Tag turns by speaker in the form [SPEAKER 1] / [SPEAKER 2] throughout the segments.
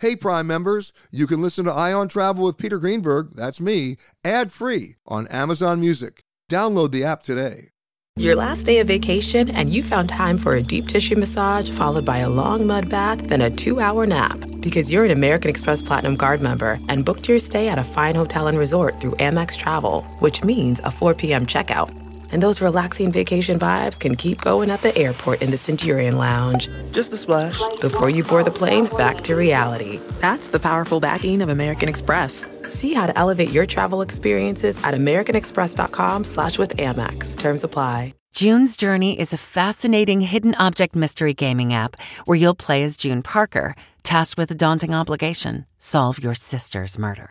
[SPEAKER 1] Hey, Prime members, you can listen to Ion Travel with Peter Greenberg, that's me, ad free on Amazon Music. Download the app today.
[SPEAKER 2] Your last day of vacation, and you found time for a deep tissue massage followed by a long mud bath, then a two hour nap. Because you're an American Express Platinum Guard member and booked your stay at a fine hotel and resort through Amex Travel, which means a 4 p.m. checkout. And those relaxing vacation vibes can keep going at the airport in the Centurion Lounge.
[SPEAKER 3] Just a splash.
[SPEAKER 2] Before you board the plane, back to reality. That's the powerful backing of American Express. See how to elevate your travel experiences at americanexpress.com slash with Amex. Terms apply.
[SPEAKER 4] June's Journey is a fascinating hidden object mystery gaming app where you'll play as June Parker, tasked with a daunting obligation solve your sister's murder.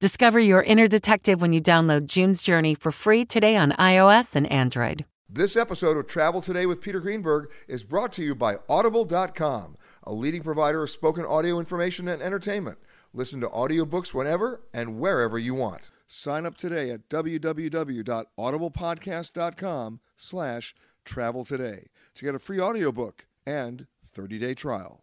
[SPEAKER 4] Discover your inner detective when you download June's Journey for free today on iOS and Android.
[SPEAKER 1] This episode of Travel Today with Peter Greenberg is brought to you by Audible.com, a leading provider of spoken audio information and entertainment. Listen to audiobooks whenever and wherever you want. Sign up today at www.audiblepodcast.com slash travel today to get a free audiobook and 30-day trial.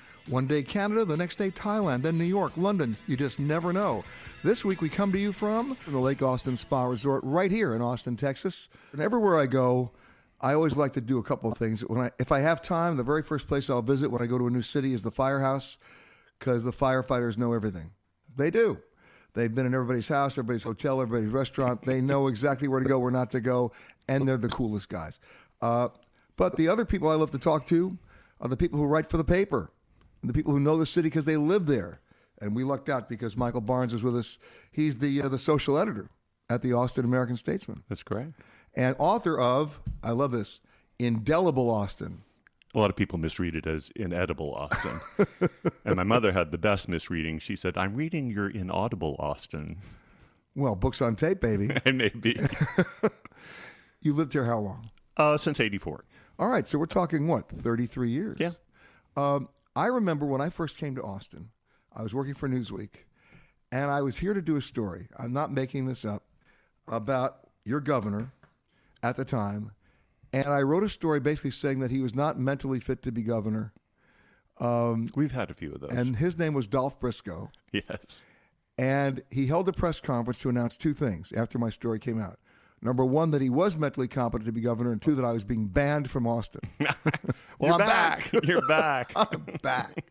[SPEAKER 1] One day Canada, the next day Thailand, then New York, London. You just never know. This week we come to you from the Lake Austin Spa Resort right here in Austin, Texas. And everywhere I go, I always like to do a couple of things. When I, if I have time, the very first place I'll visit when I go to a new city is the firehouse because the firefighters know everything. They do. They've been in everybody's house, everybody's hotel, everybody's restaurant. They know exactly where to go, where not to go, and they're the coolest guys. Uh, but the other people I love to talk to are the people who write for the paper and the people who know the city because they live there. And we lucked out because Michael Barnes is with us. He's the uh, the social editor at the Austin American Statesman
[SPEAKER 5] That's correct.
[SPEAKER 1] and author of I love this indelible Austin.
[SPEAKER 5] A lot of people misread it as inedible Austin. and my mother had the best misreading. She said, I'm reading your inaudible Austin.
[SPEAKER 1] Well, books on tape, baby.
[SPEAKER 5] And maybe
[SPEAKER 1] you lived here how long?
[SPEAKER 5] uh, since 84.
[SPEAKER 1] All right, so we're talking what thirty three years.
[SPEAKER 5] Yeah.
[SPEAKER 1] Um, I remember when I first came to Austin, I was working for Newsweek, and I was here to do a story. I'm not making this up about your governor at the time, and I wrote a story basically saying that he was not mentally fit to be governor,
[SPEAKER 5] We've had a few of those.
[SPEAKER 1] and his name was Dolph Briscoe.
[SPEAKER 5] yes.
[SPEAKER 1] And he held a press conference to announce two things after my story came out. Number one, that he was mentally competent to be governor, and two, that I was being banned from Austin. well,
[SPEAKER 5] You're
[SPEAKER 1] I'm back. Uh,
[SPEAKER 5] You're back.
[SPEAKER 1] I'm back.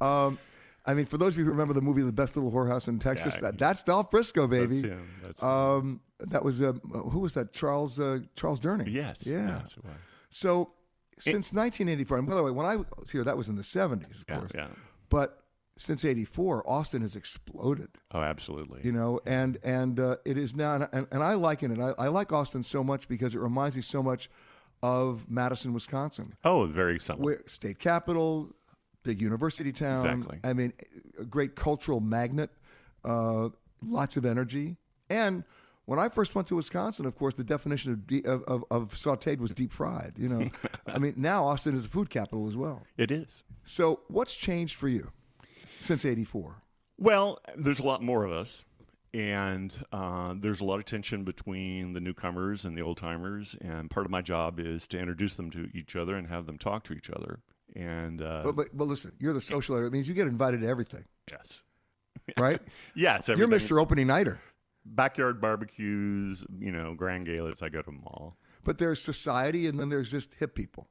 [SPEAKER 1] Um, I mean, for those of you who remember the movie The Best Little Whorehouse in Texas,
[SPEAKER 5] Yeah.
[SPEAKER 1] that, that's Dolph Briscoe, baby.
[SPEAKER 5] That's him. That's him.
[SPEAKER 1] um, that was uh, who was that? Charles uh, Charles Durning.
[SPEAKER 5] yes.
[SPEAKER 1] Yeah.
[SPEAKER 5] Yes, it was.
[SPEAKER 1] So since 1984, and by the way, when I was here, that was in the 70s, of
[SPEAKER 5] Yeah,
[SPEAKER 1] course.
[SPEAKER 5] yeah.
[SPEAKER 1] But since 84, Austin has exploded
[SPEAKER 5] Oh, absolutely.
[SPEAKER 1] you know and and uh, it is now and, and i liken it I, I like austin so much because it reminds me so much of madison wisconsin
[SPEAKER 5] oh, very similar.
[SPEAKER 1] where state capital big university town
[SPEAKER 5] Exactly.
[SPEAKER 1] i mean a great cultural magnet uh, lots of energy and when I first went to Wisconsin, of course, the definition of, de- of, of, of sauteed was deep fried. You know, I mean, now Austin is a food capital as well.
[SPEAKER 5] it is.
[SPEAKER 1] So, what's changed for you since '84?
[SPEAKER 5] Well, there's a lot more of us, and uh, there's a lot of tension between the newcomers and the old timers. And part of my job is to introduce them to each other and have them talk to each other. And uh,
[SPEAKER 1] But, but but listen, you're the social editor. It means you get invited to everything,
[SPEAKER 5] yes,
[SPEAKER 1] right?
[SPEAKER 5] yes,
[SPEAKER 1] You're
[SPEAKER 5] everything-
[SPEAKER 1] Mr. Opening Nighter. games.
[SPEAKER 5] Backyard barbecues, you know, grand galas. I go to them all.
[SPEAKER 1] But there's society and then there's just hip people.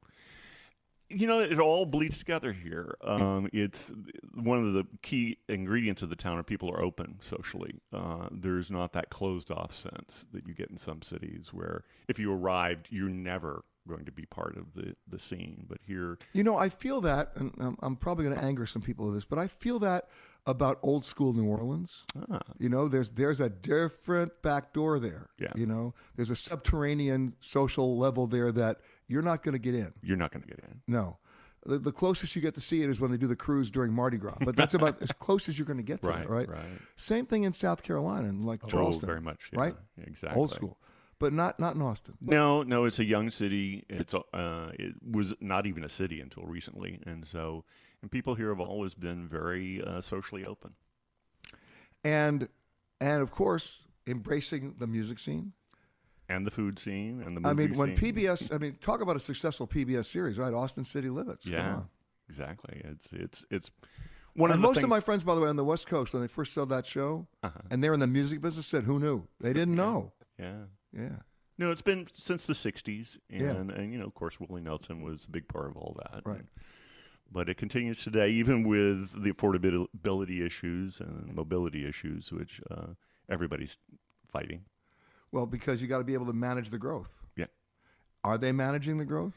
[SPEAKER 5] you know, it all bleeds together here.
[SPEAKER 1] Mm.
[SPEAKER 5] Um, it's one of the key ingredients of the town, are people are open socially. Uh, there's not that closed off sense that you get in some cities where if you arrived, you're never going to be part of the, the scene. But here,
[SPEAKER 1] You know, I feel that, and um, I'm probably going to anger some people with this, but I feel that about old school New Orleans.
[SPEAKER 5] Ah.
[SPEAKER 1] You know, there's there's a different back door there.
[SPEAKER 5] Yeah.
[SPEAKER 1] You know, there's a subterranean social level there that you're not going to get in.
[SPEAKER 5] you're not going to get in.
[SPEAKER 1] No. The, the closest you get to see it is when they do the cruise during Mardi Gras, but that's about as close as you're going to get to
[SPEAKER 5] Right,
[SPEAKER 1] that, right?
[SPEAKER 5] right. Oh,
[SPEAKER 1] Same thing in South Carolina, and like Charleston,
[SPEAKER 5] very much, yeah,
[SPEAKER 1] right?
[SPEAKER 5] exactly.
[SPEAKER 1] Old school, but not not in Austin.
[SPEAKER 5] No, no, it's a young city. It's uh, it was not even a city until recently, and so and people here have always been very uh, socially open.
[SPEAKER 1] And and of course, embracing the music scene.
[SPEAKER 5] And the food scene and the movie
[SPEAKER 1] I mean, when
[SPEAKER 5] scene.
[SPEAKER 1] PBS, I mean, talk about a successful PBS series, right? Austin City Limits. come
[SPEAKER 5] yeah,
[SPEAKER 1] on.
[SPEAKER 5] exactly. It's it's it's one
[SPEAKER 1] and
[SPEAKER 5] of the
[SPEAKER 1] most
[SPEAKER 5] things- Uh-huh.
[SPEAKER 1] of my friends, by the way, on the West Coast, when they first saw that show, and they're in the music business, said, "Who knew? They didn't know."
[SPEAKER 5] yeah.
[SPEAKER 1] Yeah.
[SPEAKER 5] No, it's been since the '60s, and
[SPEAKER 1] Yeah.
[SPEAKER 5] and you know, of course, Willie Nelson was a big part of all that.
[SPEAKER 1] Right.
[SPEAKER 5] But it continues today, even with the affordability issues and mobility issues, which uh, everybody's fighting.
[SPEAKER 1] Well, because you got to be able to manage the growth.
[SPEAKER 5] Yeah.
[SPEAKER 1] Are they managing the growth?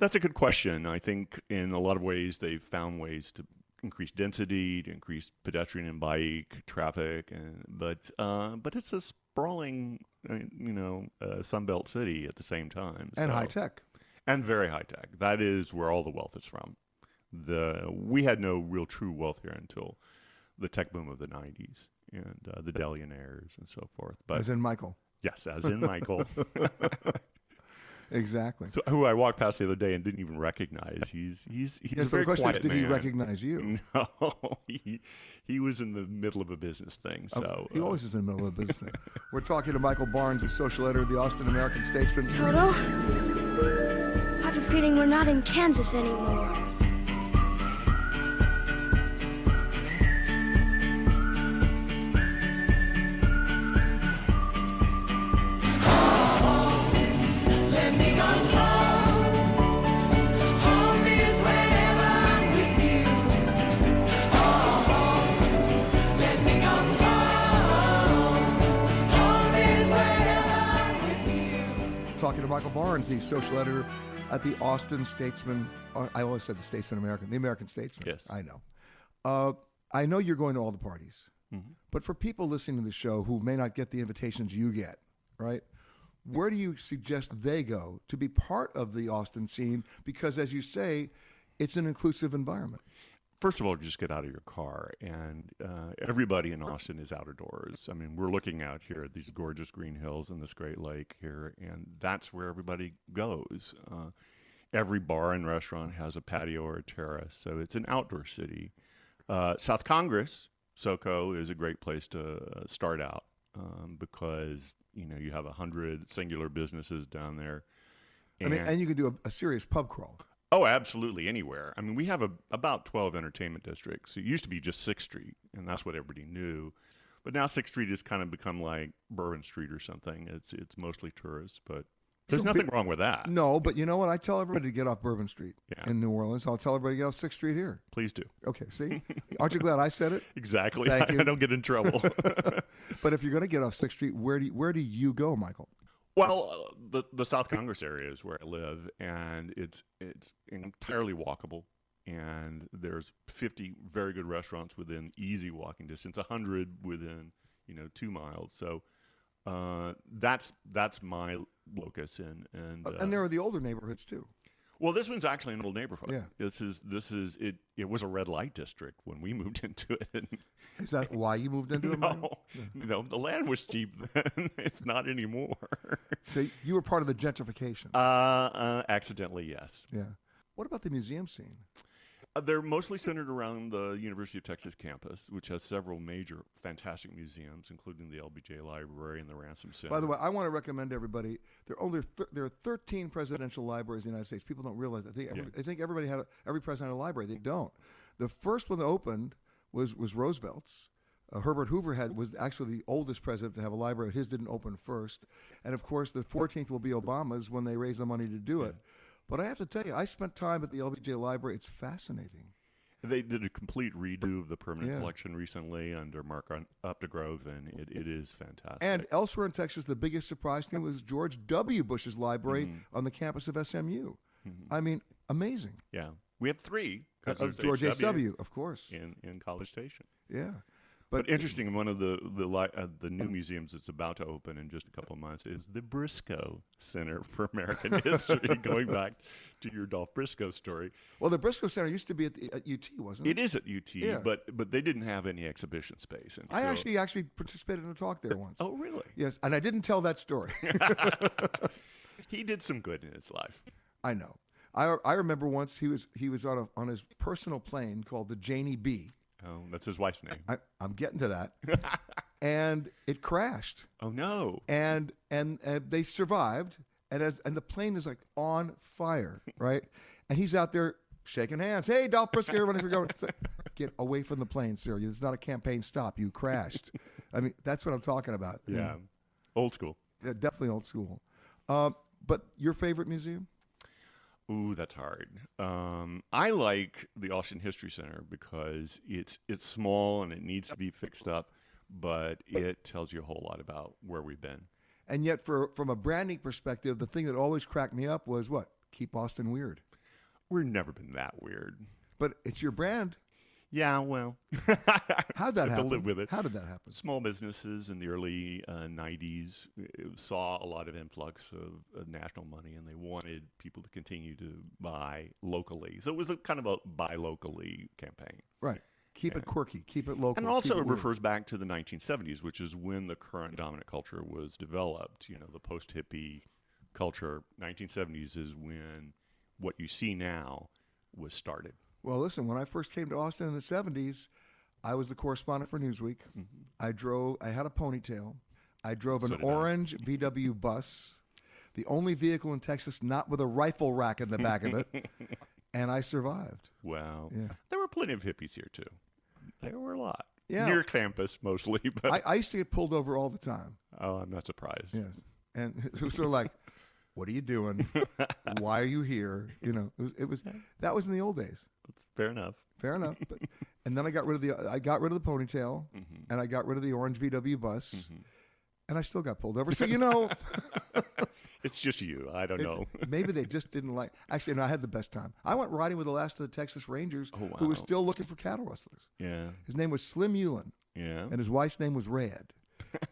[SPEAKER 5] That's a good question. I think in a lot of ways they've found ways to increase density, to increase pedestrian and bike traffic, and but uh, but it's a sprawling, uh, you know, uh, sunbelt city at the same time
[SPEAKER 1] And
[SPEAKER 5] so-
[SPEAKER 1] high tech.
[SPEAKER 5] and very high tech. That is where all the wealth is from. The we had no real true wealth here until the tech boom of the '90s and uh, the Dellionaires and so forth. But
[SPEAKER 1] As in Michael.
[SPEAKER 5] yes, as in Michael.
[SPEAKER 1] Exactly.
[SPEAKER 5] So, who I walked past the other day and didn't even recognize. He's he's he's
[SPEAKER 1] yes, but
[SPEAKER 5] a very
[SPEAKER 1] the question is,
[SPEAKER 5] quiet
[SPEAKER 1] did he
[SPEAKER 5] man.
[SPEAKER 1] recognize you?
[SPEAKER 5] No, he, he was in the middle of a business thing. So
[SPEAKER 1] Oh, he
[SPEAKER 5] uh,
[SPEAKER 1] always is in the middle of a business thing. We're talking to Michael Barnes, a social editor of the Austin American Statesman.
[SPEAKER 3] Toto, I have a feeling we're not in Kansas anymore.
[SPEAKER 1] talking to Michael Barnes, the social editor at the Austin Statesman. uh, I always said the Statesman American, the American Statesman.
[SPEAKER 5] Yes.
[SPEAKER 1] I know. Uh, I know you're going to all the parties,
[SPEAKER 5] Mm-hmm.
[SPEAKER 1] but for people listening to the show who may not get the invitations you get, right? Where do you suggest they go to be part of the Austin scene? Because as you say, it's an inclusive environment.
[SPEAKER 5] first of all, just get out of your car. And uh, everybody in Austin is out of doors. I mean, we're looking out here at these gorgeous green hills and this great lake here, and that's where everybody goes. Uh, every bar and restaurant has a patio or a terrace, so it's an outdoor city. Uh, South Congress, SoCo, is a great place to uh, start out um, because you know you have a hundred singular businesses down there.
[SPEAKER 1] I mean, and you can do a, a serious pub crawl.
[SPEAKER 5] Oh, absolutely, anywhere. I mean, we have a, about 12 entertainment districts. It used to be just 6th Street, and that's what everybody knew. But now 6th Street has kind of become like Bourbon Street or something. It's it's mostly tourists, but there's
[SPEAKER 1] So
[SPEAKER 5] nothing
[SPEAKER 1] big-
[SPEAKER 5] wrong with that.
[SPEAKER 1] No, but you know what? I tell everybody to get off Bourbon Street
[SPEAKER 5] Uh, Yeah.
[SPEAKER 1] in New Orleans. I'll tell everybody to get off Sixth Street here.
[SPEAKER 5] Please do.
[SPEAKER 1] Okay, see? Aren't you glad I said it?
[SPEAKER 5] Exactly.
[SPEAKER 1] Thank
[SPEAKER 5] I,
[SPEAKER 1] you.
[SPEAKER 5] don't get in trouble.
[SPEAKER 1] But if you're going to get off Sixth Street, where do you, where do you go, Michael?
[SPEAKER 5] well, uh, the the South Congress area is where I live, and it's it's entirely walkable. And there's 50 very good restaurants within easy walking distance, 100 within you know two miles. So uh, that's that's my locus, and and, uh,
[SPEAKER 1] and there are the older neighborhoods too.
[SPEAKER 5] well, this one's actually an old neighborhood.
[SPEAKER 1] Yeah.
[SPEAKER 5] this is this is it. It was a red light district when we moved into it.
[SPEAKER 1] Is that why you moved into it? Michael?
[SPEAKER 5] no, no, the land was cheap then. it's not anymore.
[SPEAKER 1] So you were part of the gentrification.
[SPEAKER 5] Uh, uh, accidentally, yes.
[SPEAKER 1] yeah. What about the museum scene?
[SPEAKER 5] Uh, they're mostly centered around the University of Texas campus, which has several major, fantastic museums, including the LBJ Library and the Ransom Center.
[SPEAKER 1] By the way, I want to recommend to everybody. There are only th- there are 13 presidential libraries in the United States. People don't realize that. They, every, they think everybody had a, every president had a library. They don't. The first one that opened was was Roosevelt's. Uh, Herbert Hoover had was actually the oldest president to have a library. His didn't open first, and of course the 14th will be Obama's when they raise the money to do it. But I have to tell you, I spent time at the LBJ Library. It's fascinating.
[SPEAKER 5] They did a complete redo of the permanent
[SPEAKER 1] Yeah.
[SPEAKER 5] collection recently under Mark Un- Updegrove, and it, it is fantastic.
[SPEAKER 1] And elsewhere in Texas, the biggest surprise to me was George W. Bush's library on the campus of SMU. I mean, amazing.
[SPEAKER 5] yeah, we have three 'cause
[SPEAKER 1] Uh, Of
[SPEAKER 5] there's
[SPEAKER 1] George H.W., of course.
[SPEAKER 5] in in College Station.
[SPEAKER 1] Yeah.
[SPEAKER 5] But,
[SPEAKER 1] But,
[SPEAKER 5] interesting, one of the the li- uh, the new museums that's about to open in just a couple of months is the Briscoe Center for American History. Going back to your Dolph Briscoe story,
[SPEAKER 1] well, the Briscoe Center used to be at, the, at UT, wasn't it?
[SPEAKER 5] it is at UT,
[SPEAKER 1] Mm. Yeah.
[SPEAKER 5] but but they didn't have any exhibition space. And
[SPEAKER 1] I
[SPEAKER 5] so-
[SPEAKER 1] actually actually participated in a talk there once.
[SPEAKER 5] oh really?
[SPEAKER 1] Yes, and I didn't tell that story.
[SPEAKER 5] He did some good in his life.
[SPEAKER 1] I know. I, I remember once he was he was on a, on his personal plane called the Janie B.
[SPEAKER 5] Oh, that's his wife's name.
[SPEAKER 1] I, I'm getting to that, and it crashed,
[SPEAKER 5] Oh no.
[SPEAKER 1] and and, and they survived, and as, and the plane is like on fire, right? and he's out there shaking hands. Hey, Dolph Briscoe, everybody, if you're going, It's like, get away from the plane, sir. It's not a campaign stop. You crashed. I mean, that's what I'm talking about.
[SPEAKER 5] Yeah. Old school.
[SPEAKER 1] Yeah, definitely old school. Um, but your favorite museum?
[SPEAKER 5] Ooh, that's hard. Um, I like the Austin History Center because it's it's small and it needs to be fixed up, but it tells you a whole lot about where we've been.
[SPEAKER 1] And yet, for from a branding perspective, the thing that always cracked me up was what keep Austin weird.
[SPEAKER 5] We've never been that weird.
[SPEAKER 1] But it's your brand.
[SPEAKER 5] Yeah, well,
[SPEAKER 1] How'd that happen?
[SPEAKER 5] Have To live with it.
[SPEAKER 1] How did that happen?
[SPEAKER 5] Small businesses in the early uh, '90s uh, saw a lot of influx of, of national money, and they wanted people to continue to buy locally. So it was a kind of a buy locally campaign.
[SPEAKER 1] Right. Keep it quirky. Keep it local.
[SPEAKER 5] And
[SPEAKER 1] keep
[SPEAKER 5] also,
[SPEAKER 1] it
[SPEAKER 5] it
[SPEAKER 1] weird.
[SPEAKER 5] refers back to the 1970s, which is when the current dominant culture was developed. You know, the post hippie culture, 1970s is when what you see now was started.
[SPEAKER 1] Well, listen. When I first came to Austin in the '70s, I was the correspondent for Newsweek. I drove. I had a ponytail. I drove
[SPEAKER 5] Mm-hmm. So
[SPEAKER 1] an
[SPEAKER 5] did I.
[SPEAKER 1] orange VW bus, the only vehicle in Texas not with a rifle rack in the back of it, and I survived.
[SPEAKER 5] Wow.
[SPEAKER 1] Yeah.
[SPEAKER 5] There were plenty of hippies here, too. There were a lot.
[SPEAKER 1] Yeah.
[SPEAKER 5] Near campus, mostly, but
[SPEAKER 1] I, I used to get pulled over all the time.
[SPEAKER 5] oh, I'm not surprised.
[SPEAKER 1] Yes. And it was sort of like, what are you doing? Why are you here? You know, it was, it was that was in the old days.
[SPEAKER 5] That's fair enough.
[SPEAKER 1] Fair enough. But, and then I got rid of the I got rid of the ponytail and I got rid of the orange VW bus. And I still got pulled over. So you know,
[SPEAKER 5] It's just you. I don't
[SPEAKER 1] it's-
[SPEAKER 5] know.
[SPEAKER 1] maybe they just didn't like. Actually, no, I had the best time. I went riding with the last of the Texas Rangers, who was
[SPEAKER 5] wow.
[SPEAKER 1] still looking for cattle rustlers.
[SPEAKER 5] yeah.
[SPEAKER 1] His name was Slim Ulan,
[SPEAKER 5] Yeah.
[SPEAKER 1] and his wife's name was Red.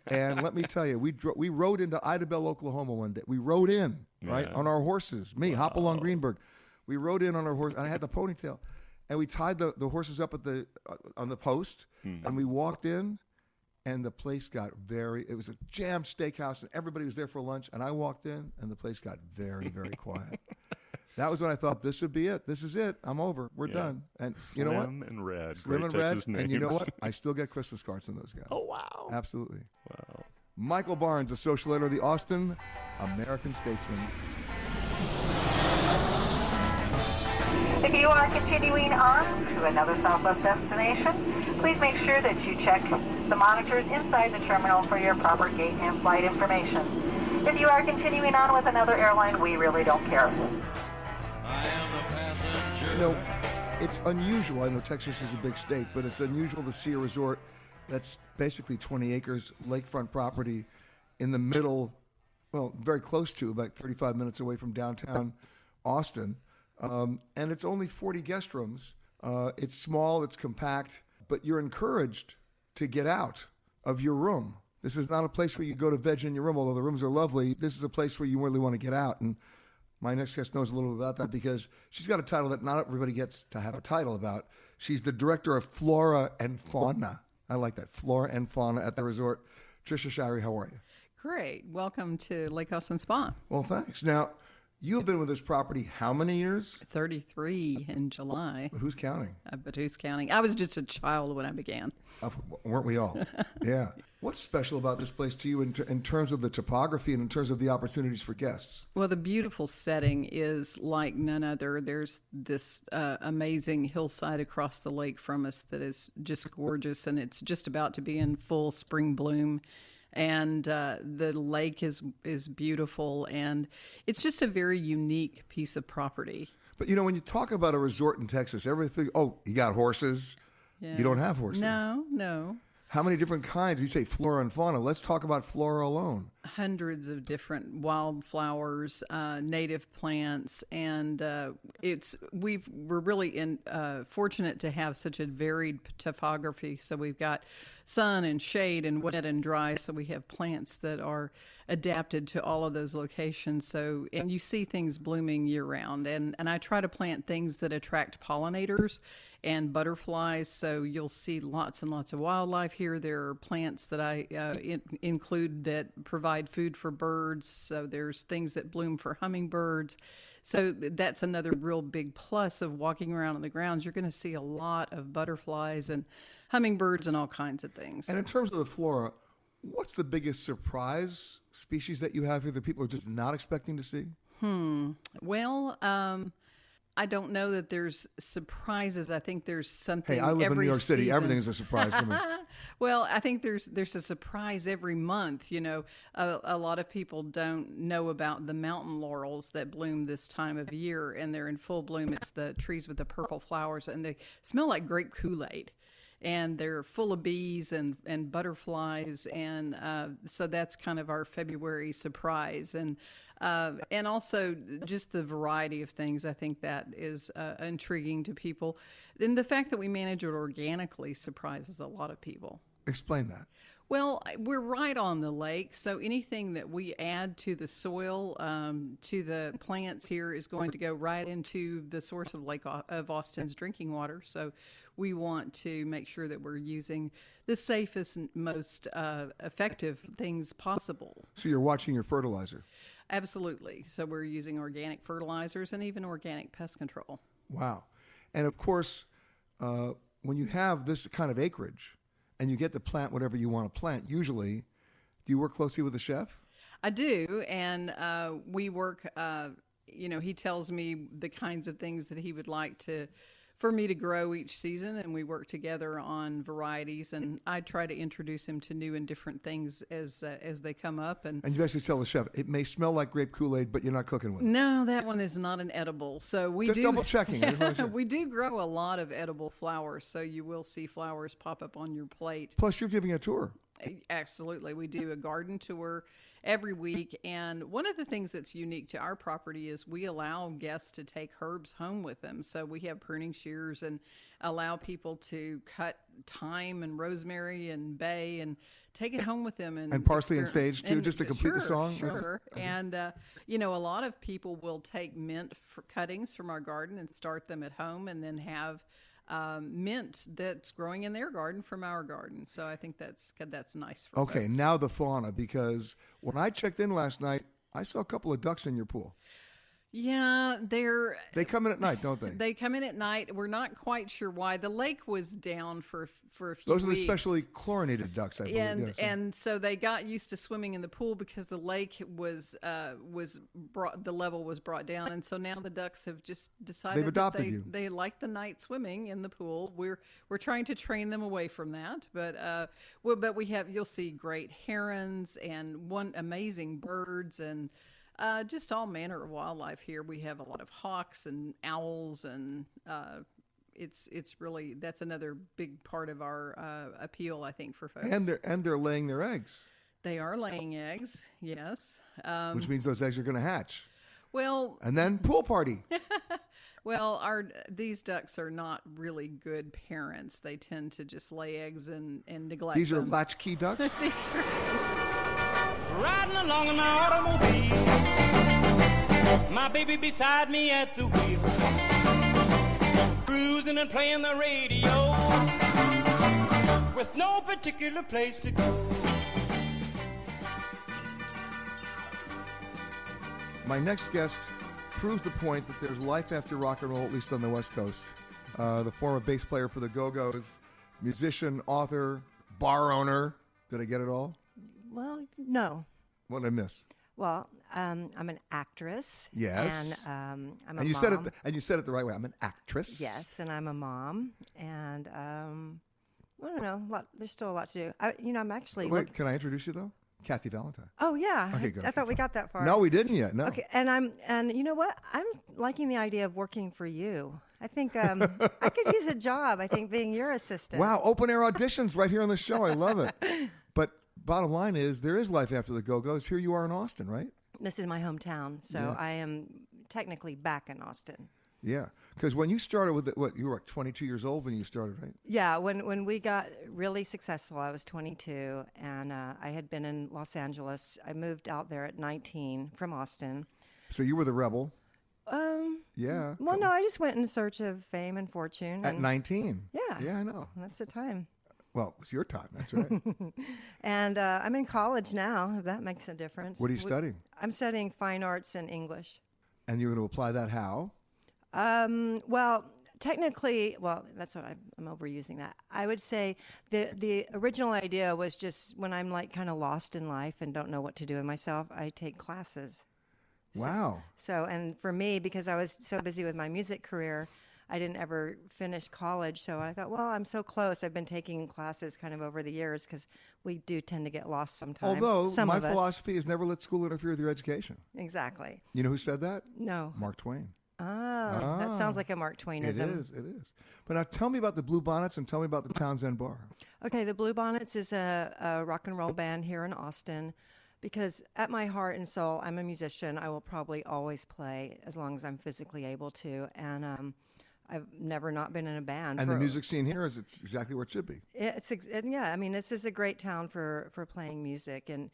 [SPEAKER 1] And let me tell you, we dro- we rode into Idabel, Oklahoma one day. We rode in right
[SPEAKER 5] Yeah.
[SPEAKER 1] on our horses. Me, hop along Greenberg. We rode in on our horse, and I had the ponytail, and we tied the, the horses up at the uh, on the post,
[SPEAKER 5] Mm-hmm.
[SPEAKER 1] and we walked in, and the place got very. It was a jam steakhouse, and everybody was there for lunch. And I walked in, and the place got very very quiet. That was when I thought this would be it. This is it. I'm over. We're
[SPEAKER 5] Yeah.
[SPEAKER 1] done. And you know what?
[SPEAKER 5] Slim and red.
[SPEAKER 1] Slim
[SPEAKER 5] Great
[SPEAKER 1] and Red.
[SPEAKER 5] Texas
[SPEAKER 1] And you know
[SPEAKER 5] names.
[SPEAKER 1] what? I still get Christmas cards from those guys.
[SPEAKER 5] Oh, wow.
[SPEAKER 1] Absolutely.
[SPEAKER 5] Wow.
[SPEAKER 1] Michael Barnes, a social editor of the Austin American Statesman.
[SPEAKER 6] If you are continuing on to another Southwest destination, please make sure that you check the monitors inside the terminal for your proper gate and flight information. If you are continuing on with another airline, we really don't care.
[SPEAKER 1] You know, it's unusual. I know Texas is a big state, but it's unusual to see a resort that's basically 20 acres lakefront property in the middle, well, very close to, about 35 minutes away from downtown Austin. Um, and it's only 40 guest rooms. Uh, it's small, it's compact, but you're encouraged to get out of your room. This is not a place where you go to veg in your room, although the rooms are lovely. This is a place where you really want to get out. And my next guest knows a little bit about that because she's got a title that not everybody gets to have a title about. She's the director of flora and fauna. I like that. Flora and fauna at the resort. Trisha Shirey, how are you?
[SPEAKER 7] Great. Welcome to Lake House and Spa.
[SPEAKER 1] Well, thanks. Now, you've been with this property how many years?
[SPEAKER 7] 33 in July,
[SPEAKER 1] Who's counting?
[SPEAKER 7] uh, Batoos County. I was just a child when I began.
[SPEAKER 1] Uh, weren't we all? yeah. What's special about this place to you in, ter- in terms of the topography and in terms of the opportunities for guests?
[SPEAKER 7] Well, the beautiful setting is like none other. There's this uh, amazing hillside across the lake from us that is just gorgeous, and it's just about to be in full spring bloom. and uh, the lake is is beautiful, and it's just a very unique piece of property.
[SPEAKER 1] But you know, when you talk about a resort in Texas, everything. Oh, you got horses. You don't have horses.
[SPEAKER 7] No, no,
[SPEAKER 1] How many different kinds? You say flora and fauna. Let's talk about flora alone.
[SPEAKER 7] hundreds of different wildflowers, uh, native plants, and uh, it's we've we're really in uh, fortunate to have such a varied topography. So we've got sun and shade and wet and dry. So we have plants that are adapted to all of those locations. So and you see things blooming year round. And and I try to plant things that attract pollinators and butterflies. So you'll see lots and lots of wildlife here. There are plants that I uh,
[SPEAKER 1] Mm-hmm.
[SPEAKER 7] in, include that provide food for birds. So there's things that bloom for hummingbirds. So that's another real big plus of walking around on the grounds. You're going to see a lot of butterflies and hummingbirds and all kinds of things.
[SPEAKER 1] And in terms of the flora, what's the biggest surprise species that you have here that people are just not expecting to see?
[SPEAKER 7] Well, um, I don't know that there's surprises. I think there's something.
[SPEAKER 1] Hey, I live in New
[SPEAKER 7] every
[SPEAKER 1] York City.
[SPEAKER 7] season.
[SPEAKER 1] Everything's a surprise to me.
[SPEAKER 7] well, I think there's there's a surprise every month. You know, a, a lot of people don't know about the mountain laurels that bloom this time of year, and they're in full bloom. It's the trees with the purple flowers, and they smell like grape Kool Aid. And they're full of bees and, and butterflies, and uh, so that's kind of our February surprise, and uh, and also just the variety of things. I think that is uh, intriguing to people, and the fact that we manage it organically surprises a lot of people.
[SPEAKER 1] Explain that.
[SPEAKER 7] Well, we're right on the lake, so anything that we add to the soil, um, to the plants here, is going to go right into the source of Lake Au- of Austin's drinking water. So, we want to make sure that we're using the safest, and most uh, effective things possible.
[SPEAKER 1] So you're watching your fertilizer.
[SPEAKER 7] Absolutely. So, we're using organic fertilizers and even organic pest control.
[SPEAKER 1] Wow. And of course, uh, when you have this kind of acreage and you get to plant whatever you want to plant, usually, do you work closely with the chef?
[SPEAKER 7] I do, and uh, we work. Uh, you know, he tells me the kinds of things that he would like to for me to grow each season, and we work together on varieties. And I try to introduce him to new and different things as uh, as they come up. And
[SPEAKER 1] And you basically tell the chef, it may smell like grape Kool Aid, but you're not cooking with it.
[SPEAKER 7] no, that one is not an edible. So we
[SPEAKER 1] Just
[SPEAKER 7] do
[SPEAKER 1] double checking. I just wanna make sure.
[SPEAKER 7] we do grow a lot of edible flowers, so you will see flowers pop up on your plate.
[SPEAKER 1] Plus, you're giving a tour.
[SPEAKER 7] Absolutely. We do a garden tour every week. And one of the things that's unique to our property is we allow guests to take herbs home with them. So we have pruning shears and allow people to cut thyme and rosemary and bay and take it home with them. And,
[SPEAKER 1] And parsley and
[SPEAKER 7] exper-
[SPEAKER 1] sage, too, just to complete the
[SPEAKER 7] sure,
[SPEAKER 1] song?
[SPEAKER 7] Sure. and, uh, you know, a lot of people will take mint for cuttings from our garden and start them at home and then have. Um, mint that's growing in their garden from our garden, so I think that's that's nice for
[SPEAKER 1] Okay,
[SPEAKER 7] folks.
[SPEAKER 1] now the fauna, because when I checked in last night, I saw a couple of ducks in your pool.
[SPEAKER 7] Yeah, they're
[SPEAKER 1] They come in at night, don't they?
[SPEAKER 7] they come in at night. We're not quite sure why. The lake was down for for a few.
[SPEAKER 1] Those are the
[SPEAKER 7] weeks.
[SPEAKER 1] specially chlorinated ducks, I believe.
[SPEAKER 7] and
[SPEAKER 1] yes.
[SPEAKER 7] and so they got used to swimming in the pool because the lake was uh, was brought the level was brought down, and so now the ducks have just decided
[SPEAKER 1] adopted
[SPEAKER 7] that they,
[SPEAKER 1] you.
[SPEAKER 7] they like the night swimming in the pool. We're we're trying to train them away from that, but uh, well, but we have you'll see great herons and one amazing birds and. Uh, just all manner of wildlife here. We have a lot of hawks and owls, and uh, it's it's really that's another big part of our uh, appeal, I think, for folks.
[SPEAKER 1] and they're and they're laying their eggs,
[SPEAKER 7] They are laying eggs, yes. Um,
[SPEAKER 1] which means those eggs are going to hatch.
[SPEAKER 7] well,
[SPEAKER 1] And then pool party.
[SPEAKER 7] well, our these ducks are not really good parents. They tend to just lay eggs and and neglect.
[SPEAKER 1] These are
[SPEAKER 7] them.
[SPEAKER 1] latchkey ducks.
[SPEAKER 7] These are-
[SPEAKER 8] Riding along in my automobile. My baby beside me at the wheel. Cruising and playing the radio. With no particular place to go.
[SPEAKER 1] My next guest proves the point that there's life after rock and roll, at least on the West Coast. Uh, the former bass player for the Go Go's, musician, author, bar owner. Did I get it all?
[SPEAKER 9] Well, no.
[SPEAKER 1] What did I miss?
[SPEAKER 9] Well, um, I'm an actress.
[SPEAKER 1] Yes.
[SPEAKER 9] And um, I'm a
[SPEAKER 1] and you
[SPEAKER 9] mom.
[SPEAKER 1] said it. th- and you said it the right way. I'm an actress.
[SPEAKER 9] yes, and I'm a mom, and um, I don't know. a Lot, there's still a lot to do. I, you know, I'm actually.
[SPEAKER 1] Wait,
[SPEAKER 9] look-
[SPEAKER 1] can I introduce you though? Kathy Valentine.
[SPEAKER 10] Oh yeah.
[SPEAKER 1] Okay,
[SPEAKER 10] I-
[SPEAKER 1] good.
[SPEAKER 10] I thought we got that
[SPEAKER 9] Oh,
[SPEAKER 10] far.
[SPEAKER 1] No, we didn't yet. No.
[SPEAKER 10] Okay, and I'm and you know what? I'm liking the idea of working for you. I think um, I could use a job. I think being your assistant.
[SPEAKER 1] Wow, open air auditions right here on the show. I love it. But bottom line is, there is life after the Go Go's. Here you are in Austin, right?
[SPEAKER 10] This is my hometown, so I am technically back in Austin.
[SPEAKER 1] Yeah, because when you started with it, what you were like 22 years old when you started, right?
[SPEAKER 10] Yeah, when when we got really successful, I was 22, and uh, I had been in Los Angeles. I moved out there at 19 from Austin.
[SPEAKER 1] So you were the rebel.
[SPEAKER 10] Um,
[SPEAKER 1] Yeah.
[SPEAKER 10] well, no, I just went in search of fame and fortune.
[SPEAKER 1] At
[SPEAKER 10] and
[SPEAKER 1] 19.
[SPEAKER 10] Yeah.
[SPEAKER 1] Yeah, I know.
[SPEAKER 10] That's the time.
[SPEAKER 1] Well, it's your time. That's right.
[SPEAKER 10] And uh, I'm in college now. If that makes a difference.
[SPEAKER 1] What are you
[SPEAKER 10] We-
[SPEAKER 1] studying?
[SPEAKER 10] I'm studying fine arts and English.
[SPEAKER 1] and you're going to apply that how?
[SPEAKER 10] Um, well, technically, well, that's what I'm, I'm overusing that. I would say the the original idea was just when I'm like kind of lost in life and don't know what to do with myself, I take classes.
[SPEAKER 1] Wow.
[SPEAKER 10] So, and for me, because I was so busy with my music career, I didn't ever finish college. So I thought, well, I'm so close. I've been taking classes kind of over the years because we do tend to get lost sometimes.
[SPEAKER 1] Although
[SPEAKER 10] some
[SPEAKER 1] my
[SPEAKER 10] of us.
[SPEAKER 1] philosophy is never let school interfere with your education.
[SPEAKER 10] exactly.
[SPEAKER 1] You know who said that?
[SPEAKER 10] No.
[SPEAKER 1] Mark Twain.
[SPEAKER 10] Oh, that sounds like a Mark Twainism.
[SPEAKER 1] Ah. It is. It is. But now tell me about the Blue Bonnets and tell me about the Townsend Bar.
[SPEAKER 10] Okay, the Blue Bonnets is a, a rock and roll band here in Austin because at my heart and soul, I'm a musician. I will probably always play as long as I'm physically able to. And um, I've never not been in a band.
[SPEAKER 1] And the
[SPEAKER 10] for-
[SPEAKER 1] music scene here is it's exactly where it should be.
[SPEAKER 10] It's ex- and yeah, I mean, this is a great town for, for playing music. And,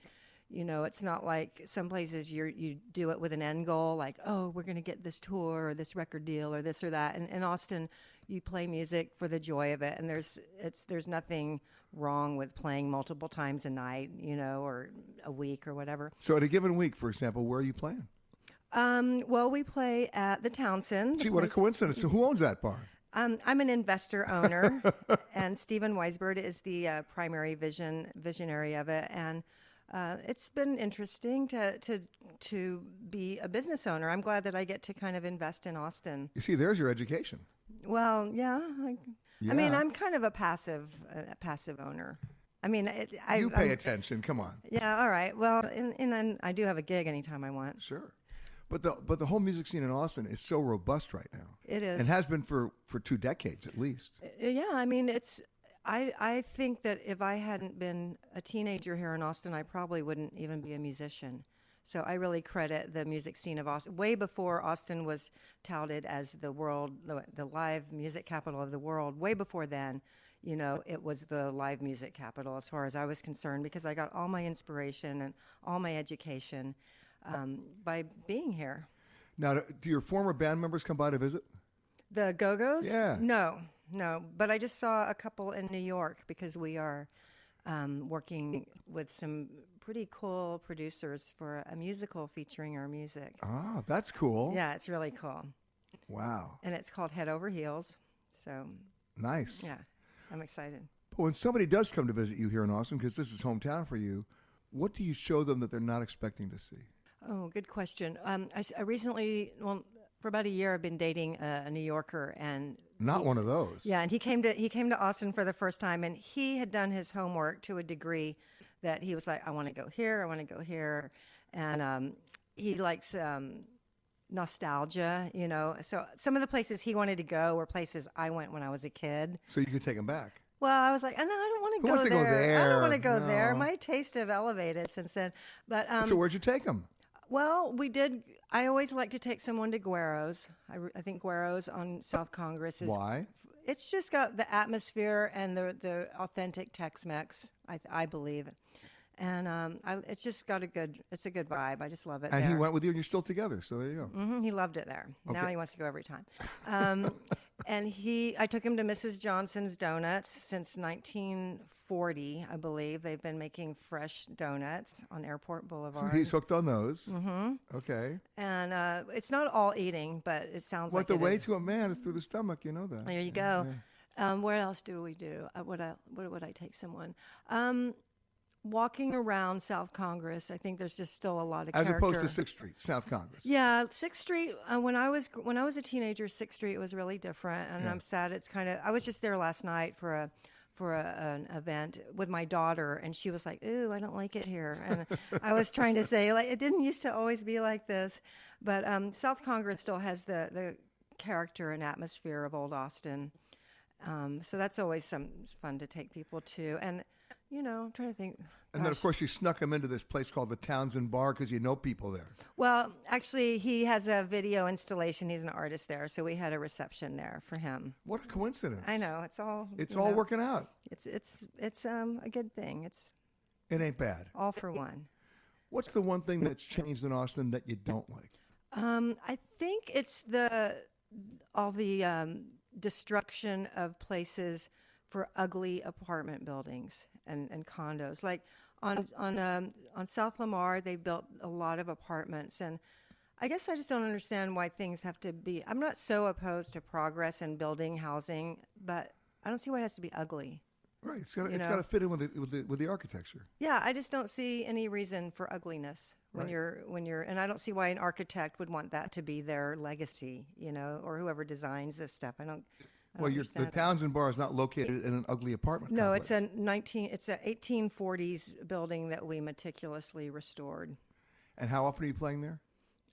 [SPEAKER 10] you know, it's not like some places you you do it with an end goal, like, oh, we're going to get this tour or this record deal or this or that. And in Austin, you play music for the joy of it. And there's, it's, there's nothing wrong with playing multiple times a night, you know, or a week or whatever.
[SPEAKER 1] So at a given week, for example, where are you playing?
[SPEAKER 10] Um, well, we play at the Townsend. the
[SPEAKER 1] Gee, what a
[SPEAKER 10] place-
[SPEAKER 1] coincidence. So who owns that bar?
[SPEAKER 10] Um, I'm an investor owner, and Stephen Weisbird is the uh, primary vision visionary of it. And uh, it's been interesting to to to be a business owner. I'm glad that I get to kind of invest in Austin.
[SPEAKER 1] You see, there's your education.
[SPEAKER 10] Well, yeah. I, I mean,
[SPEAKER 1] Yeah.
[SPEAKER 10] I'm kind of a passive a passive owner. I mean, it, I
[SPEAKER 1] you pay
[SPEAKER 10] I'm-
[SPEAKER 1] attention. Come on.
[SPEAKER 10] Yeah. All right. Well, and, and then I do have a gig anytime I want.
[SPEAKER 1] Sure. But the but the whole music scene in Austin is so robust right now.
[SPEAKER 10] It is.
[SPEAKER 1] And has been for for two decades at least.
[SPEAKER 10] Uh, Yeah, I mean, it's. I I think that if I hadn't been a teenager here in Austin, I probably wouldn't even be a musician. So I really credit the music scene of Austin. Way before Austin was touted as the world, the, the live music capital of the world. Way before then, you know, it was the live music capital as far as I was concerned because I got all my inspiration and all my education um, by being here.
[SPEAKER 1] Now, do do your former band members come by to visit?
[SPEAKER 10] The Go Go's?
[SPEAKER 1] Yeah.
[SPEAKER 10] No, no. But I just saw a couple in New York because we are um, working with some pretty cool producers for a musical featuring our music.
[SPEAKER 1] Ah, that's cool.
[SPEAKER 10] Yeah, it's really cool.
[SPEAKER 1] Wow.
[SPEAKER 10] And it's called Head Over Heels. So,
[SPEAKER 1] Nice.
[SPEAKER 10] yeah, I'm excited.
[SPEAKER 1] But when somebody does come to visit you here in Austin, because this is hometown for you, what do you show them that they're not expecting to see?
[SPEAKER 10] Oh, good question. Um, I, s- I recently, well, for about a year, I've been dating a, a New Yorker, and
[SPEAKER 1] Not one of those.
[SPEAKER 10] Yeah, and he came to he came to Austin for the first time, and he had done his homework to a degree that he was like, I want to go here, I want to go here, and um, he likes um, nostalgia, you know. So some of the places he wanted to go were places I went when I was a kid.
[SPEAKER 1] So you can take them back.
[SPEAKER 10] Well, I was like, oh, no, I don't want
[SPEAKER 1] Who
[SPEAKER 10] to go
[SPEAKER 1] wants
[SPEAKER 10] there.
[SPEAKER 1] to go
[SPEAKER 10] I
[SPEAKER 1] there?
[SPEAKER 10] don't want to go there.
[SPEAKER 1] No.
[SPEAKER 10] My taste have elevated since then. But um,
[SPEAKER 1] so where'd you take them?
[SPEAKER 10] well, we did. I always like to take someone to Guero's. I, re- I think Guero's on South Congress is
[SPEAKER 1] Why?
[SPEAKER 10] it's just got the atmosphere and the the authentic Tex-Mex. I th- I believe, and um, I, it's just got a good it's a good vibe. I just love it.
[SPEAKER 1] And he
[SPEAKER 10] there.
[SPEAKER 1] went with you, and you're still together. So there you go.
[SPEAKER 10] Mhm, he loved it there. Now he wants to go every time. Um, and he, I took him to Mrs. Johnson's Donuts since 1940, I believe. They've been making fresh donuts on Airport Boulevard.
[SPEAKER 1] So he's hooked on those. Mm-hmm. Okay.
[SPEAKER 10] and uh, it's not all eating, but it sounds
[SPEAKER 1] What
[SPEAKER 10] like
[SPEAKER 1] the
[SPEAKER 10] it
[SPEAKER 1] way
[SPEAKER 10] is.
[SPEAKER 1] to a man is through the stomach. You know that.
[SPEAKER 10] There you go. Um, where else do we do? Uh, what, I, what would I take someone? Um, walking around South Congress, I think there's just still a lot of
[SPEAKER 1] As
[SPEAKER 10] character.
[SPEAKER 1] opposed to Sixth Street, South Congress.
[SPEAKER 10] Yeah, Sixth Street. Uh, when I was when I was a teenager, Sixth Street was really different, and I'm sad it's kind of. I was just there last night for a
[SPEAKER 9] for a, an event with my daughter, and she was like, "Ooh, I don't like it here." And I was trying to say, like, it didn't used to always be like this, but um, South Congress still has the the character and atmosphere of old Austin. Um, so that's always some it's fun to take people to, and you know, I'm trying to think.
[SPEAKER 1] And then, of course, you snuck him into this place called the Townsend Bar because you know people there.
[SPEAKER 9] Well, actually, he has a video installation. He's an artist there, so we had a reception there for him.
[SPEAKER 1] What a coincidence!
[SPEAKER 9] I know it's all
[SPEAKER 1] It's
[SPEAKER 9] you
[SPEAKER 1] all
[SPEAKER 9] know,
[SPEAKER 1] working out.
[SPEAKER 9] It's it's it's um a good thing. It's
[SPEAKER 1] It ain't bad.
[SPEAKER 9] all for one.
[SPEAKER 1] What's the one thing that's changed in Austin that you don't like?
[SPEAKER 9] Um, I think it's the all the um, destruction of places for ugly apartment buildings and, and condos. Like on on um, on South Lamar, they built a lot of apartments, and I guess I just don't understand why things have to be. I'm not so opposed to progress and building housing, but I don't see why it has to be ugly.
[SPEAKER 1] Right. It's got
[SPEAKER 9] You
[SPEAKER 1] it's
[SPEAKER 9] know.
[SPEAKER 1] got to fit in with the, with the with the architecture.
[SPEAKER 9] Yeah, I just don't see any reason for ugliness when
[SPEAKER 1] Right.
[SPEAKER 9] you're when you're and I don't see why an architect would want that to be their legacy, you know, or whoever designs this stuff. I don't I
[SPEAKER 1] Well,
[SPEAKER 9] don't
[SPEAKER 1] you're, the
[SPEAKER 9] understand it.
[SPEAKER 1] Townsend Bar is not located in an ugly apartment.
[SPEAKER 9] No,
[SPEAKER 1] complex.
[SPEAKER 9] it's a 19 it's a 1840s building that we meticulously restored.
[SPEAKER 1] And how often are you playing there?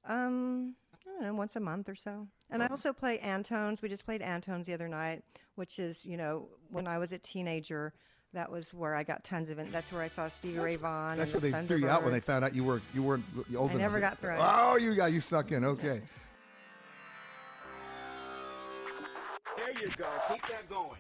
[SPEAKER 9] Um, I don't know, once a month or so. And I also play Antones. We just played Antones the other night, which is, you know, when I was a teenager, that was where I got tons of it. That's where I saw Stevie Ray Vaughan.
[SPEAKER 1] That's where
[SPEAKER 9] and
[SPEAKER 1] they
[SPEAKER 9] the
[SPEAKER 1] threw you out when they
[SPEAKER 9] Thunderbirds.
[SPEAKER 1] found out you were you weren't old
[SPEAKER 9] I
[SPEAKER 1] enough.
[SPEAKER 9] never got thrown.
[SPEAKER 1] Oh, you got you snuck in. Okay.
[SPEAKER 8] There you go. Keep that going.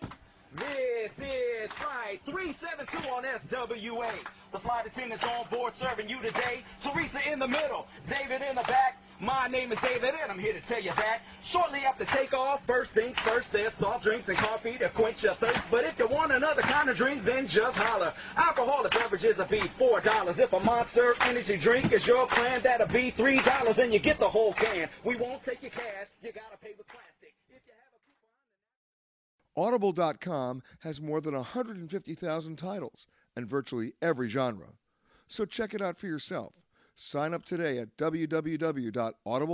[SPEAKER 8] This is Flight 372 on SWA. The flight attendants on board serving you today. Teresa in the middle, David in the back. My name is David, and I'm here to tell you that shortly after takeoff, first things first, there's soft drinks and coffee to quench your thirst. But if you want another kind of drink, then just holler. Alcoholic beverages will be $4. If a monster energy drink is your plan, that'll be $3, and you get the whole can. We won't take your cash, you gotta pay with plastic. If you have a coupon-
[SPEAKER 1] Audible.com has more than 150,000 titles and virtually every genre. So check it out for yourself. Sign up today at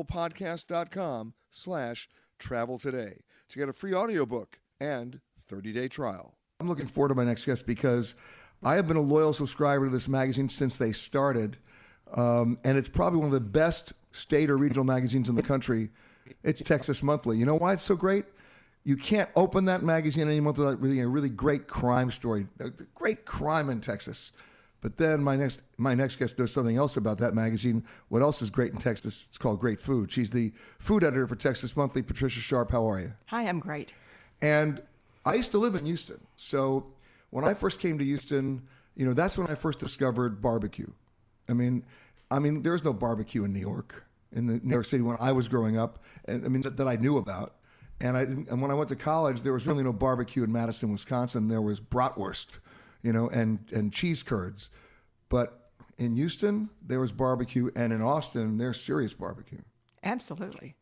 [SPEAKER 1] www.audiblepodcast.com slash travel today to get a free audiobook and 30-day trial. I'm looking forward to my next guest because I have been a loyal subscriber to this magazine since they started, um, and it's probably one of the best state or regional magazines in the country. It's Texas Monthly. You know why it's so great? You can't open that magazine any month without reading a really great crime story. A Great crime in Texas. But then my next my next guest does something else about that magazine. What else is great in Texas? It's called Great Food. She's the food editor for Texas Monthly. Patricia Sharp, how are you?
[SPEAKER 10] Hi, I'm great.
[SPEAKER 1] And I used to live in Houston. So when I first came to Houston, you know, that's when I first discovered barbecue. I mean, I mean, there's no barbecue in New York, in the New York City when I was growing up, and I mean that, that I knew about. And I didn't- and when I went to college, there was really no barbecue in Madison, Wisconsin. There was bratwurst, you know, and and cheese curds. But in Houston, there was barbecue, and in Austin, there's serious barbecue.
[SPEAKER 10] Absolutely.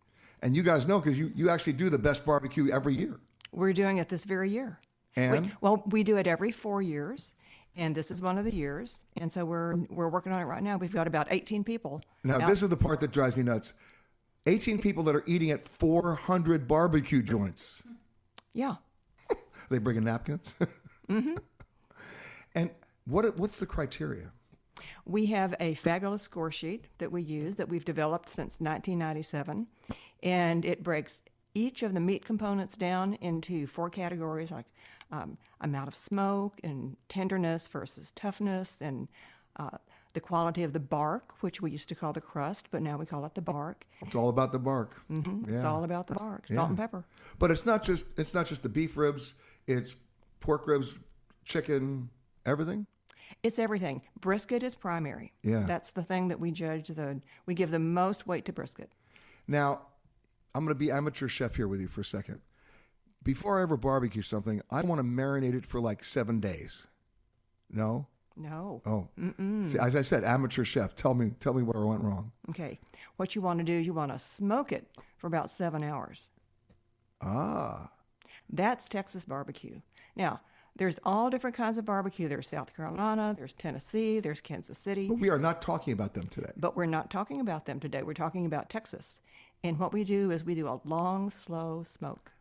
[SPEAKER 1] And you guys know because you, you actually do the best barbecue every year.
[SPEAKER 10] We're doing it this very year. We-
[SPEAKER 1] And?
[SPEAKER 10] well, we do it every four years, and this is one of the years. And so we're we're working on it right now. We've got about 18 people.
[SPEAKER 1] Now,
[SPEAKER 10] out.
[SPEAKER 1] this is the part that drives me nuts. 18 people that are eating at 400 barbecue joints.
[SPEAKER 10] yeah.
[SPEAKER 1] They bring in napkins. And what what's the criteria?
[SPEAKER 10] We have a fabulous score sheet that we use that we've developed since 1997, and it breaks each of the meat components down into four categories like um, amount of smoke and tenderness versus toughness, and uh, the quality of the bark, which we used to call the crust, but now we call it the bark.
[SPEAKER 1] It's all about the bark.
[SPEAKER 10] It's all about the bark, salt and pepper.
[SPEAKER 1] But it's not just it's not just the beef ribs, it's pork ribs, chicken, everything.
[SPEAKER 10] It's everything. Brisket is primary.
[SPEAKER 1] Yeah.
[SPEAKER 10] That's the thing that we judge the we give the most weight to brisket.
[SPEAKER 1] Now, I'm going to be amateur chef here with you for a second. Before I ever barbecue something, I want to marinate it for like 7 days. No?
[SPEAKER 10] No.
[SPEAKER 1] Oh, See, as I said, amateur chef. Tell me, tell me where I went wrong.
[SPEAKER 10] Okay. What you want to do, you want to smoke it for about seven hours.
[SPEAKER 1] Ah,
[SPEAKER 10] That's Texas barbecue. Now, there's all different kinds of barbecue. There's South Carolina, there's Tennessee, there's Kansas City,
[SPEAKER 1] but we are not talking about them today.
[SPEAKER 10] but we're not talking about them today. We're talking about Texas. And what we do is we do a long, slow smoke.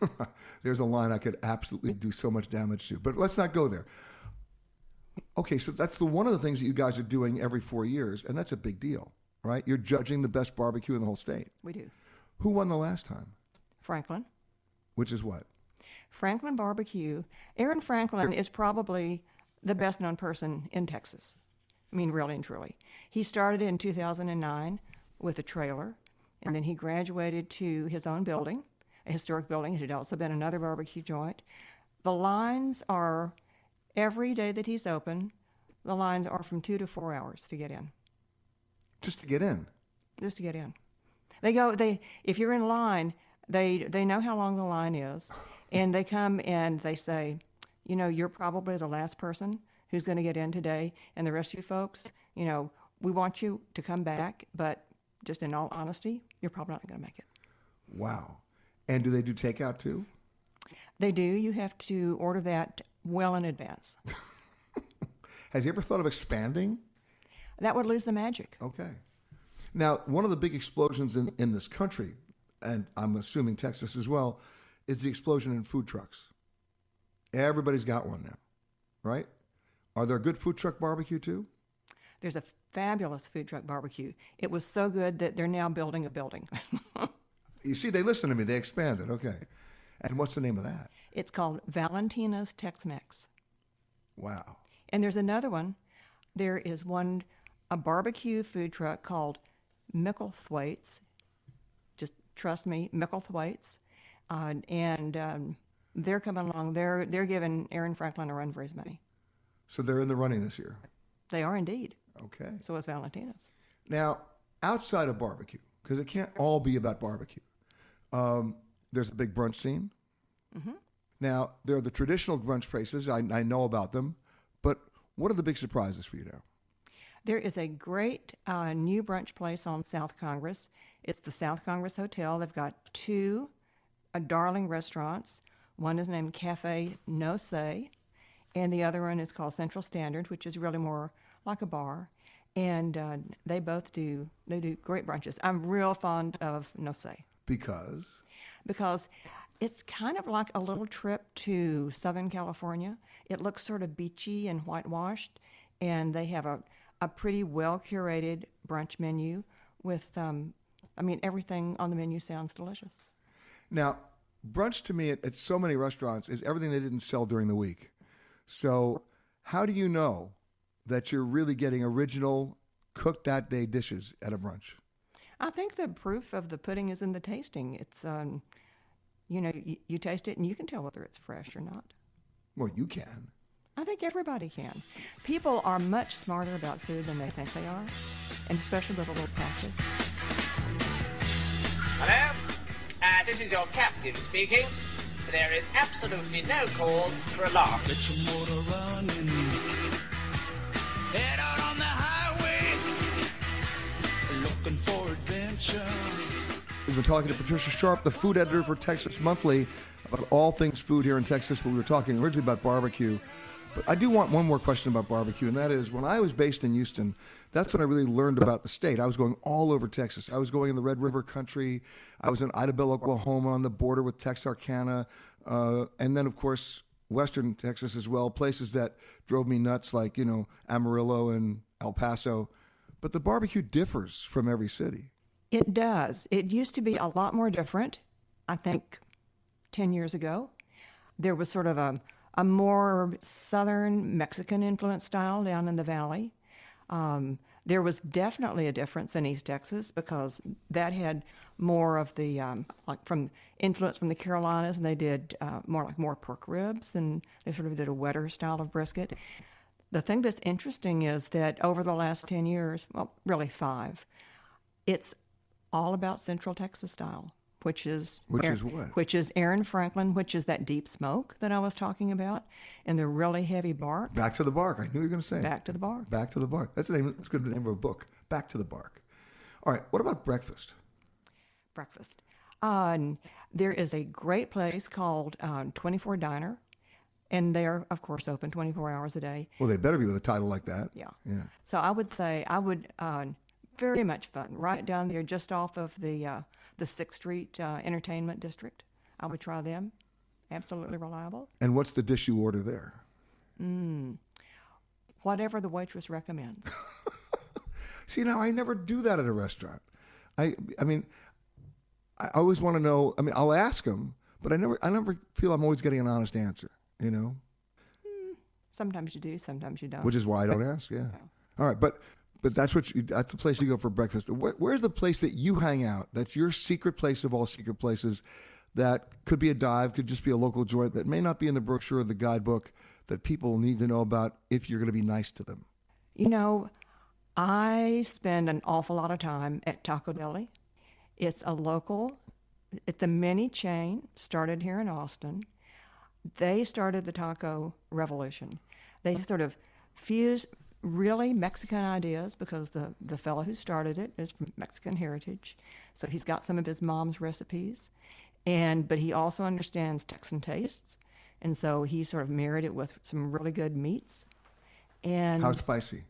[SPEAKER 1] There's a line I could absolutely do so much damage to, but let's not go there. Okay, so that's the one of the things that you guys are doing every four years, and that's a big deal, right? You're judging the best barbecue in the whole state.
[SPEAKER 10] We do.
[SPEAKER 1] Who won the last time?
[SPEAKER 10] Franklin.
[SPEAKER 1] Which is what?
[SPEAKER 10] Franklin Barbecue. Aaron Franklin is probably the best known person in Texas. I mean, really and truly. He started in 2009 with a trailer, and then he graduated to his own building, a historic building. It had also been another barbecue joint. The lines are every day that he's open, the lines are from two to four hours to get in,
[SPEAKER 1] Just to get in.
[SPEAKER 10] just to get in. They go, they, if you're in line, they, they know how long the line is, and they come and they say, you know, you're probably the last person who's going to get in today, and the rest of you folks, you know, we want you to come back, but just in all honesty, you're probably not going to make it.
[SPEAKER 1] Wow. And do they do takeout too?
[SPEAKER 10] They do. You have to order that well in advance.
[SPEAKER 1] Has he ever thought of expanding?
[SPEAKER 10] That would lose the magic.
[SPEAKER 1] Okay. Now, one of the big explosions in, in this country, and I'm assuming Texas as well, is the explosion in food trucks. Everybody's got one now, right? Are there good food truck barbecue too?
[SPEAKER 10] There's a fabulous food truck barbecue. It was so good that they're now building a building.
[SPEAKER 1] You see, they listen to me. They expanded. Okay. And what's the name of that?
[SPEAKER 10] it's called Valentina's Tex Mex.
[SPEAKER 1] Wow.
[SPEAKER 10] And there's another one. There is one, a barbecue food truck called Micklethwaite's. Just trust me, Micklethwaite's. Uh, and um, they're coming along. They're, they're giving Aaron Franklin a run for his money.
[SPEAKER 1] So they're in the running this year.
[SPEAKER 10] They are indeed.
[SPEAKER 1] Okay.
[SPEAKER 10] So is Valentina's.
[SPEAKER 1] Now, outside of barbecue, because it can't all be about barbecue, um, there's a big brunch scene. Now, there are the traditional brunch places. I, I know about them. But what are the big surprises for you now?
[SPEAKER 10] There is a great uh, new brunch place on South Congress. It's the South Congress Hotel. They've got two uh, darling restaurants. One is named Cafe No Say, and the other one is called Central Standard, which is really more like a bar. And uh, they both do they do great brunches. I'm real fond of No Say
[SPEAKER 1] Because
[SPEAKER 10] because it's kind of like a little trip to Southern California. It looks sort of beachy and whitewashed, and they have a, a pretty well curated brunch menu with, um, I mean, everything on the menu sounds delicious.
[SPEAKER 1] now, brunch to me at, at so many restaurants is everything they didn't sell during the week. So, how do you know that you're really getting original, cooked that day dishes at a brunch?
[SPEAKER 10] I think the proof of the pudding is in the tasting. It's, um, you know, you, you taste it and you can tell whether it's fresh or not.
[SPEAKER 1] Well, you can.
[SPEAKER 10] I think everybody can. People are much smarter about food than they think they are, and especially with a little practice.
[SPEAKER 11] Hello? Uh, this is your captain speaking. There is absolutely no cause for alarm. Let your motor run and
[SPEAKER 8] Head out on the highway, looking for adventure.
[SPEAKER 1] We've been talking to Patricia Sharp, the food editor for Texas Monthly, about all things food here in Texas. But we were talking originally about barbecue. But I do want one more question about barbecue, and that is when I was based in Houston, that's when I really learned about the state. I was going all over Texas. I was going in the Red River country. I was in Idabel, Oklahoma, on the border with Texarkana. Uh, and then, of course, Western Texas as well, places that drove me nuts, like, you know, Amarillo and El Paso. But the barbecue differs from every city.
[SPEAKER 10] It does. It used to be a lot more different, I think 10 years ago. There was sort of a, a more southern Mexican influence style down in the valley. Um, there was definitely a difference in East Texas because that had more of the um, like from influence from the Carolinas, and they did uh, more like more pork ribs, and they sort of did a wetter style of brisket. The thing that's interesting is that over the last ten years, well, really five, it's all about Central Texas style, which is
[SPEAKER 1] Which is what?
[SPEAKER 10] Which is Aaron Franklin, which is that deep smoke that I was talking about, and the really heavy bark.
[SPEAKER 1] Back to the bark. I knew you were going to say.
[SPEAKER 10] Back to the bark.
[SPEAKER 1] Back to the Bark. That's the name. That's going to be the name of a book. Back to the Bark. All right. What about breakfast?
[SPEAKER 10] breakfast. Um, there is a great place called um, 24 Diner, and they are, of course, open 24 hours a day.
[SPEAKER 1] Well, they better be with a title like that.
[SPEAKER 10] Yeah.
[SPEAKER 1] Yeah.
[SPEAKER 10] So I would say I would uh, very much fun right down there, just off of the uh, the Sixth Street uh, Entertainment District. I would try them. Absolutely reliable.
[SPEAKER 1] And what's the dish you order there?
[SPEAKER 10] Mm. Whatever the waitress recommends.
[SPEAKER 1] See, now I never do that at a restaurant. I, I mean, I always want to know. I mean, I'll ask them, but I never, I never feel I'm always getting an honest answer. You know,
[SPEAKER 10] Sometimes you do, sometimes you don't.
[SPEAKER 1] which is why I don't ask. Yeah. All right, but but that's what you, that's the place you go for breakfast. Where, where's the place that you hang out? That's your secret place of all secret places. That could be a dive, could just be a local joint that may not be in the brochure or the guidebook that people need to know about if you're going to be nice to them.
[SPEAKER 10] You know, I spend an awful lot of time at Taco Deli. It's a local, it's a mini chain started here in Austin. They started the taco revolution. They sort of fused really Mexican ideas because the, the fellow who started it is from Mexican heritage. So he's got some of his mom's recipes. And but he also understands Texan tastes. And so he sort of married it with some really good meats. And
[SPEAKER 1] How spicy?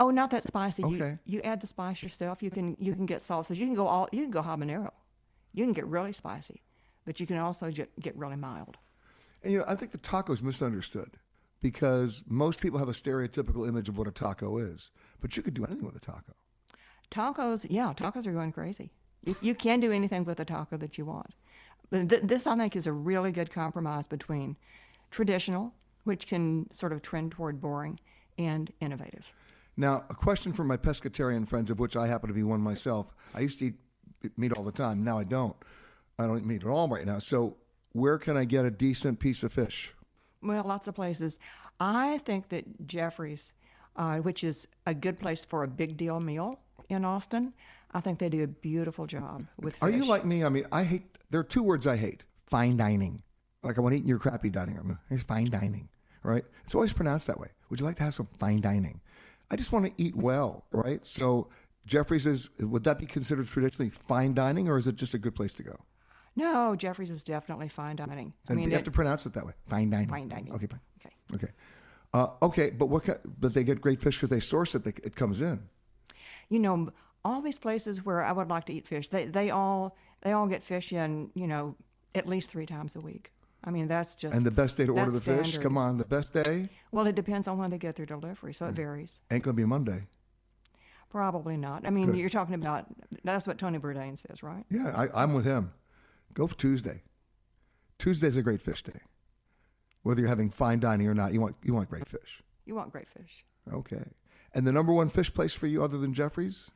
[SPEAKER 10] Oh, not that spicy.
[SPEAKER 1] Okay.
[SPEAKER 10] You, you add the spice yourself. You can you can get salsas. You can go all you can go habanero. You can get really spicy, but you can also ju- get really mild.
[SPEAKER 1] And you know, I think the taco is misunderstood because most people have a stereotypical image of what a taco is, but you could do anything with a taco.
[SPEAKER 10] Tacos, yeah, tacos are going crazy. You, you can do anything with a taco that you want. But th- this, I think, is a really good compromise between traditional, which can sort of trend toward boring, and innovative.
[SPEAKER 1] Now, a question for my pescatarian friends, of which I happen to be one myself. I used to eat meat all the time. Now I don't. I don't eat meat at all right now. So, where can I get a decent piece of fish?
[SPEAKER 10] Well, lots of places. I think that Jeffrey's, uh, which is a good place for a big deal meal in Austin, I think they do a beautiful job with.
[SPEAKER 1] Are you
[SPEAKER 10] fish.
[SPEAKER 1] like me? I mean, I hate. There are two words I hate: fine dining. Like I want to eat in your crappy dining room. It's fine dining, right? It's always pronounced that way. Would you like to have some fine dining? I just want to eat well, right? So, Jeffrey's is. Would that be considered traditionally fine dining, or is it just a good place to go?
[SPEAKER 10] No, Jeffrey's is definitely fine dining. I
[SPEAKER 1] And
[SPEAKER 10] mean,
[SPEAKER 1] you have
[SPEAKER 10] it-
[SPEAKER 1] to pronounce it that way. Fine dining.
[SPEAKER 10] Fine dining.
[SPEAKER 1] Okay, fine. Okay. Okay. Uh, okay, but what? ki- But they get great fish because they source it. They, it comes in.
[SPEAKER 10] you know, all these places where I would like to eat fish, they they all they all get fish in, you know, at least three times a week. I mean, that's just
[SPEAKER 1] and the best day to order the
[SPEAKER 10] that's
[SPEAKER 1] fish.
[SPEAKER 10] standard.
[SPEAKER 1] Come on, Mm. the best day
[SPEAKER 10] Well, it depends on when they get their delivery, so it varies.
[SPEAKER 1] ain't gonna be Monday.
[SPEAKER 10] Probably not. I mean,
[SPEAKER 1] Good.
[SPEAKER 10] you're talking about that's what Tony Bourdain says, right?
[SPEAKER 1] Yeah, I, I'm with him. Go for Tuesday. Tuesday's a great fish day. Whether you're having fine dining or not, you want you want great fish.
[SPEAKER 10] You want great fish.
[SPEAKER 1] Okay. And the number one fish place for you, other than Jeffrey's,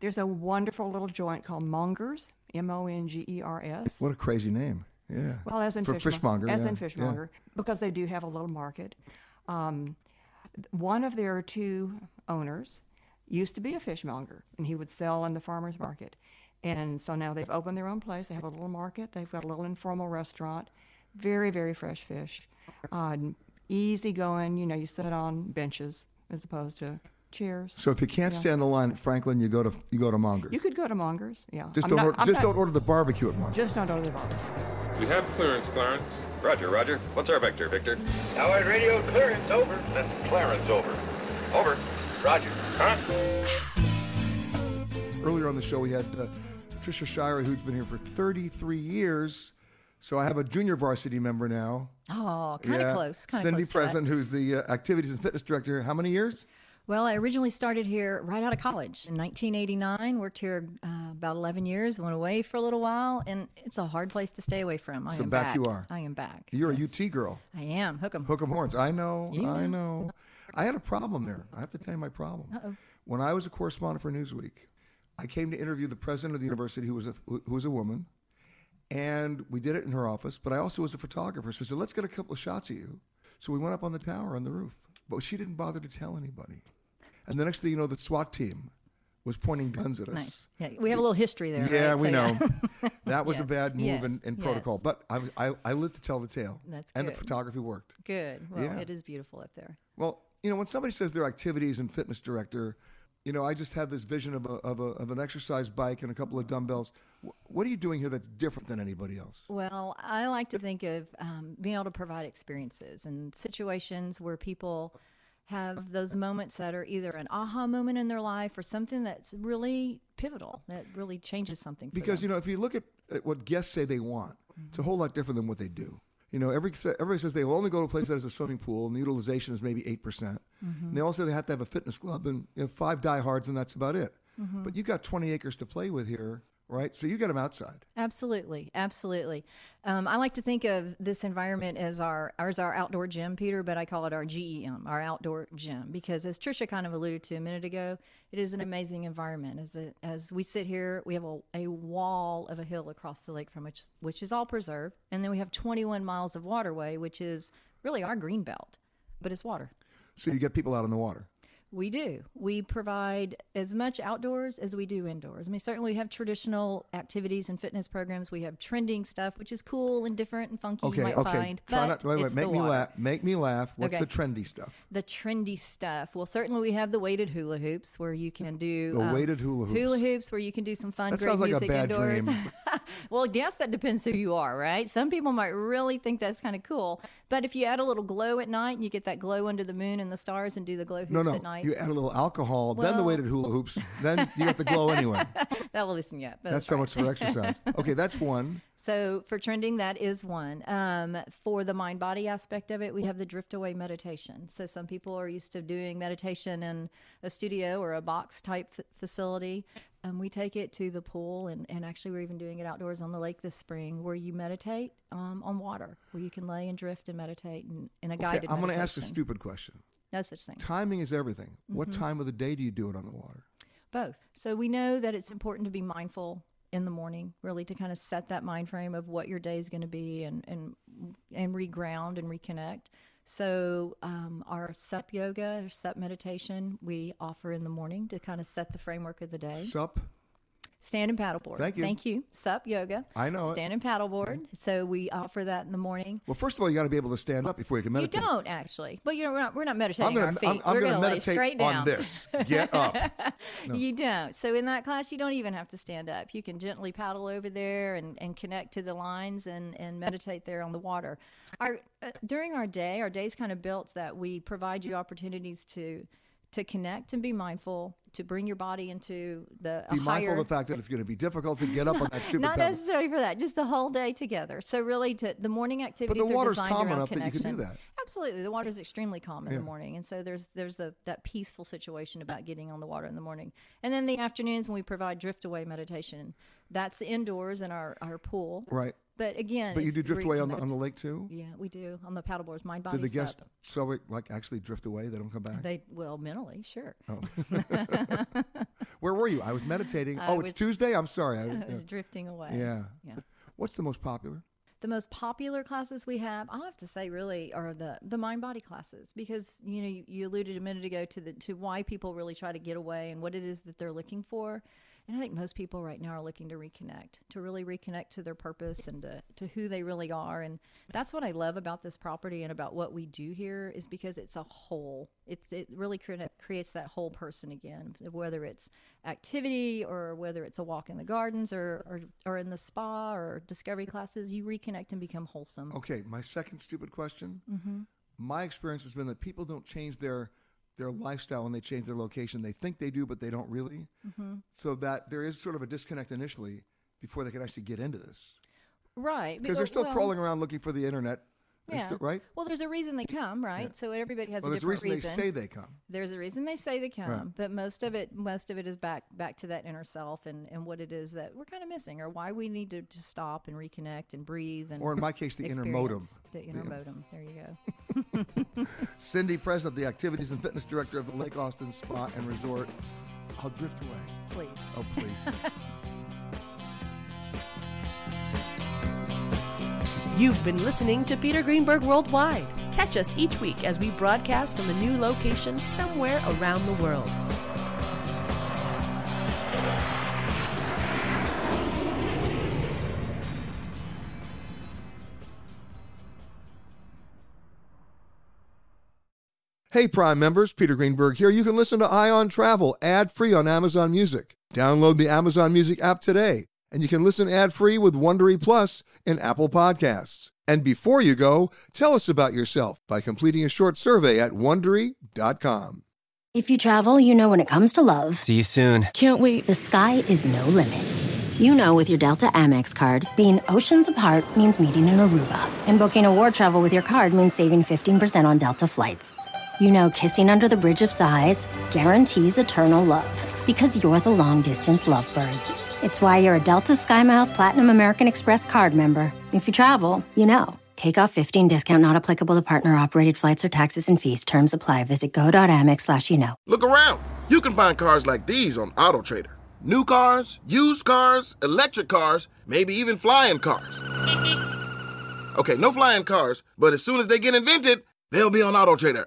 [SPEAKER 10] There's a wonderful little joint called Mongers, M O N G E R S.
[SPEAKER 1] what a crazy name. Yeah.
[SPEAKER 10] Well, as in
[SPEAKER 1] for
[SPEAKER 10] fishmo-
[SPEAKER 1] fishmonger.
[SPEAKER 10] as
[SPEAKER 1] yeah,
[SPEAKER 10] in
[SPEAKER 1] yeah.
[SPEAKER 10] fishmonger, because they do have a little market. Um, th- one of their two owners used to be a fishmonger, and he would sell in the farmers market. And so now they've opened their own place. They have a little market. They've got a little informal restaurant. Very, very fresh fish. Uh, easy going. You know, you sit on benches as opposed to chairs.
[SPEAKER 1] So if you can't
[SPEAKER 10] Yeah.
[SPEAKER 1] stand the line at Franklin, you go to you go to Monger's.
[SPEAKER 10] you could go to Mongers. Yeah.
[SPEAKER 1] Just
[SPEAKER 10] I'm
[SPEAKER 1] don't
[SPEAKER 10] not-
[SPEAKER 1] order,
[SPEAKER 10] I'm
[SPEAKER 1] just
[SPEAKER 10] not-
[SPEAKER 1] don't order the barbecue at Monger's.
[SPEAKER 10] Just don't order the bar.
[SPEAKER 12] We have clearance, Clarence. Roger, Roger. What's our vector, Victor?
[SPEAKER 11] Howard radio clearance over.
[SPEAKER 12] That's Clarence, over. Over. Roger. Huh?
[SPEAKER 1] Earlier on the show, we had uh, Trisha Shirey, who's been here for 33 years. So I have a junior varsity member now.
[SPEAKER 13] Oh, kind of
[SPEAKER 1] Yeah.
[SPEAKER 13] close. Kind
[SPEAKER 1] Cindy
[SPEAKER 13] of close
[SPEAKER 1] Present,
[SPEAKER 13] To that.
[SPEAKER 1] who's the uh, activities and fitness director. here. How many years?
[SPEAKER 13] Well, I originally started here right out of college in 1989. Worked here uh, about 11 years. Went away for a little while, and it's a hard place to stay away from. I
[SPEAKER 1] So
[SPEAKER 13] am
[SPEAKER 1] back you are.
[SPEAKER 13] I am back.
[SPEAKER 1] You're a UT girl.
[SPEAKER 13] I am. Hook 'em.
[SPEAKER 1] Hook 'em horns. I know.
[SPEAKER 13] You
[SPEAKER 1] I
[SPEAKER 13] know.
[SPEAKER 1] know. I had a problem there. I have to tell you my problem.
[SPEAKER 13] Uh-oh.
[SPEAKER 1] When I was a correspondent for Newsweek, I came to interview the president of the university, who was a, who was a woman, and we did it in her office. But I also was a photographer, so I said, "Let's get a couple of shots of you." So we went up on the tower on the roof, but she didn't bother to tell anybody. And the next thing you know, the SWAT team was pointing guns at us.
[SPEAKER 13] Nice. Yeah, we have a little history there.
[SPEAKER 1] Yeah,
[SPEAKER 13] right?
[SPEAKER 1] we
[SPEAKER 13] So,
[SPEAKER 1] know. That was a
[SPEAKER 13] Yes,
[SPEAKER 1] bad move
[SPEAKER 13] yes,
[SPEAKER 1] in, in
[SPEAKER 13] yes.
[SPEAKER 1] protocol, but I, was- I, I lived to tell the tale.
[SPEAKER 13] That's
[SPEAKER 1] and the
[SPEAKER 13] good.
[SPEAKER 1] photography worked.
[SPEAKER 13] Good. Well,
[SPEAKER 1] Yeah.
[SPEAKER 13] it is beautiful up there.
[SPEAKER 1] Well, you know, when somebody says they're activities and fitness director, you know, I just have this vision of, a, of, a, of an exercise bike and a couple of dumbbells. Wh- What are you doing here that's different than anybody else?
[SPEAKER 13] Well, I like to think of um, being able to provide experiences and situations where people have those moments that are either an aha moment in their life or something that's really pivotal that really changes something. For
[SPEAKER 1] Because,
[SPEAKER 13] them.
[SPEAKER 1] you know, if you look at, at what guests say they want, It's a whole lot different than what they do. You know, every everybody says they will only go to a place that has a swimming pool, and the utilization is maybe eight percent.
[SPEAKER 14] Mhm.
[SPEAKER 1] And they also they have to have a fitness club and you know, five diehards, and that's about it.
[SPEAKER 13] Mhm.
[SPEAKER 1] But you got twenty acres to play with here, right? So you got them outside.
[SPEAKER 13] Absolutely, absolutely. Um, I like to think of this environment as our as our outdoor gym, Peter, but I call it our GEM, our outdoor gym, because as Trisha kind of alluded to a minute ago, it is an amazing environment. As a, as we sit here, we have a, a wall of a hill across the lake from which which is all preserved, and then we have 21 miles of waterway, which is really our green belt, but it's water.
[SPEAKER 1] So you get people out on the water.
[SPEAKER 13] We do. We provide as much outdoors as we do indoors. I mean, certainly we have traditional activities and fitness programs. We have trending stuff, which is cool and different and funky.
[SPEAKER 1] Okay,
[SPEAKER 13] you might
[SPEAKER 1] okay.
[SPEAKER 13] find,
[SPEAKER 1] Try
[SPEAKER 13] but
[SPEAKER 1] not wait, wait,
[SPEAKER 13] it's
[SPEAKER 1] make
[SPEAKER 13] the
[SPEAKER 1] me
[SPEAKER 13] water.
[SPEAKER 1] laugh. Make me laugh. What's
[SPEAKER 13] Okay.
[SPEAKER 1] the trendy stuff?
[SPEAKER 13] The trendy stuff. Well, certainly we have the weighted hula hoops where you can do um,
[SPEAKER 1] The weighted hula hoops.
[SPEAKER 13] Hula hoops where you can do some fun.
[SPEAKER 1] That
[SPEAKER 13] great
[SPEAKER 1] sounds like a
[SPEAKER 13] music
[SPEAKER 1] bad
[SPEAKER 13] indoors.
[SPEAKER 1] dream.
[SPEAKER 13] well, yes, that depends who you are, right? Some people might really think that's kind of cool, but if you add a little glow at night and you get that glow under the moon and the stars and do the glow hoops
[SPEAKER 1] No, no.
[SPEAKER 13] at night,
[SPEAKER 1] You add a little alcohol, then the
[SPEAKER 13] Well-
[SPEAKER 1] weighted hula hoops, then you got the glow anyway.
[SPEAKER 13] that will loosen you up. but
[SPEAKER 1] That's so
[SPEAKER 13] right.
[SPEAKER 1] much for exercise. Okay, that's one.
[SPEAKER 13] So for trending, that is one. Um, for the mind body aspect of it, we have the drift away meditation. So some people are used to doing meditation in a studio or a box type f- facility. Um, we take it to the pool, and, and actually, we're even doing it outdoors on the lake this spring where you meditate um, on water, where you can lay and drift and meditate in, in a
[SPEAKER 1] Okay,
[SPEAKER 13] guided
[SPEAKER 1] I'm going to ask a
[SPEAKER 13] meditation.
[SPEAKER 1] stupid question.
[SPEAKER 13] No such thing.
[SPEAKER 1] Timing is everything. What
[SPEAKER 13] Mhm.
[SPEAKER 1] time of the day do you do it on the water?
[SPEAKER 13] both so we know that it's important to be mindful in the morning really to kind of set that mind frame of what your day is going to be and and and reground and reconnect so um, our sup yoga or sup meditation we offer in the morning to kind of set the framework of the day
[SPEAKER 1] Sup?
[SPEAKER 13] stand and paddleboard
[SPEAKER 1] Thank you.
[SPEAKER 13] thank you sup yoga
[SPEAKER 1] I know it.
[SPEAKER 13] stand and paddleboard so we offer that in the morning
[SPEAKER 1] Well, first of all, you got to be able to stand up before you can meditate.
[SPEAKER 13] you don't actually but you know we're not, we're not meditating
[SPEAKER 1] gonna-
[SPEAKER 13] our feet
[SPEAKER 1] I'm- I'm
[SPEAKER 13] we're
[SPEAKER 1] gonna
[SPEAKER 13] gonna lay
[SPEAKER 1] meditate
[SPEAKER 13] straight
[SPEAKER 1] on
[SPEAKER 13] down.
[SPEAKER 1] this. Get up. No.
[SPEAKER 13] You don't. So in that class, you don't even have to stand up. You can gently paddle over there and, and connect to the lines and, and meditate there on the water. Our uh, during our day, our day's kind of built that we provide you opportunities to to connect and be mindful, to bring your body into the a
[SPEAKER 1] Be mindful
[SPEAKER 13] higher,
[SPEAKER 1] of the fact that it's going to be difficult to get up on that stupid
[SPEAKER 13] not
[SPEAKER 1] pedal.
[SPEAKER 13] necessarily for that, just the whole day together. So really, to, the morning activities.
[SPEAKER 1] the
[SPEAKER 13] are
[SPEAKER 1] water's
[SPEAKER 13] designed
[SPEAKER 1] calm
[SPEAKER 13] around
[SPEAKER 1] enough that you
[SPEAKER 13] connection.
[SPEAKER 1] can do that.
[SPEAKER 13] Absolutely, the water's extremely calm in
[SPEAKER 1] Yeah.
[SPEAKER 13] the morning, and so there's there's a that peaceful situation about getting on the water in the morning. And then the afternoons when we provide drift away meditation, that's indoors in our our pool.
[SPEAKER 1] Right.
[SPEAKER 13] But again,
[SPEAKER 1] But you
[SPEAKER 13] it's
[SPEAKER 1] do drift
[SPEAKER 13] re-
[SPEAKER 1] away on the,
[SPEAKER 13] medita-
[SPEAKER 1] on the lake too?
[SPEAKER 13] Yeah, we do on the paddleboards. Mind body.
[SPEAKER 1] Do the
[SPEAKER 13] Sup.
[SPEAKER 1] guests so it, like actually drift away? They don't come back?
[SPEAKER 13] They well mentally sure.
[SPEAKER 1] Oh. Where were you? I was meditating.
[SPEAKER 13] I
[SPEAKER 1] oh,
[SPEAKER 13] was-
[SPEAKER 1] it's Tuesday? I'm sorry.
[SPEAKER 13] I was
[SPEAKER 1] yeah.
[SPEAKER 13] drifting away.
[SPEAKER 1] Yeah.
[SPEAKER 13] Yeah.
[SPEAKER 1] What's the most popular?
[SPEAKER 13] the most popular classes we have i have to say really are the the mind body classes because you know you, you alluded a minute ago to the to why people really try to get away and what it is that they're looking for and i think most people right now are looking to reconnect to really reconnect to their purpose and to, to who they really are and that's what i love about this property and about what we do here is because it's a whole it, it really cre- creates that whole person again whether it's activity or whether it's a walk in the gardens or, or, or in the spa or discovery classes you reconnect and become wholesome
[SPEAKER 1] Okay, my second stupid question.
[SPEAKER 13] Mhm.
[SPEAKER 1] My experience has been that people don't change their their lifestyle when they change their location. They think they do, but they don't really.
[SPEAKER 13] Mhm.
[SPEAKER 1] So that there is sort of a disconnect initially before they can actually get into this
[SPEAKER 13] right
[SPEAKER 1] because they're still
[SPEAKER 13] well-
[SPEAKER 1] crawling around looking for the internet. They're
[SPEAKER 13] yeah.
[SPEAKER 1] still- right?
[SPEAKER 13] well there's a reason they come right so everybody has
[SPEAKER 1] well,
[SPEAKER 13] a
[SPEAKER 1] there's a
[SPEAKER 13] different
[SPEAKER 1] reason, they say they come.
[SPEAKER 13] there's a reason they say they come,
[SPEAKER 1] Right.
[SPEAKER 13] but most of it most of it is back back to that inner self and, and what it is that we're kind of missing or why we need to just stop and reconnect and breathe and
[SPEAKER 1] Or in my case, the inner modem.
[SPEAKER 13] experience The inner
[SPEAKER 1] The-
[SPEAKER 13] modem. There you go.
[SPEAKER 1] Cindy President, the activities and fitness director of the Lake Austin Spa and Resort. I'll drift away.
[SPEAKER 13] Please.
[SPEAKER 1] Oh, please.
[SPEAKER 15] You've been listening to Peter Greenberg Worldwide. Catch us each week as we broadcast from a new location somewhere around the world.
[SPEAKER 1] Hey, Prime members, Peter Greenberg here. You can listen to Ion Travel ad free on Amazon Music. Download the Amazon Music app today, and you can listen ad free with Wondery Plus in Apple Podcasts. And before you go, tell us about yourself by completing a short survey at wondery.com.
[SPEAKER 16] If you travel, you know when it comes to love.
[SPEAKER 17] See you soon.
[SPEAKER 16] Can't wait. The sky is no limit.
[SPEAKER 4] You know, with your Delta Amex card, being oceans apart means meeting in Aruba, and booking award travel with your card means saving 15% on Delta flights. You know, kissing under the bridge of sighs guarantees eternal love because you're the long distance lovebirds. It's why you're a Delta SkyMiles Platinum American Express card member. If you travel, you know. Take off 15 discount not applicable to partner operated flights or taxes and fees. Terms apply. Visit go.amex slash you know.
[SPEAKER 18] Look around. You can find cars like these on AutoTrader. New cars, used cars, electric cars, maybe even flying cars. Okay, no flying cars, but as soon as they get invented, they'll be on AutoTrader.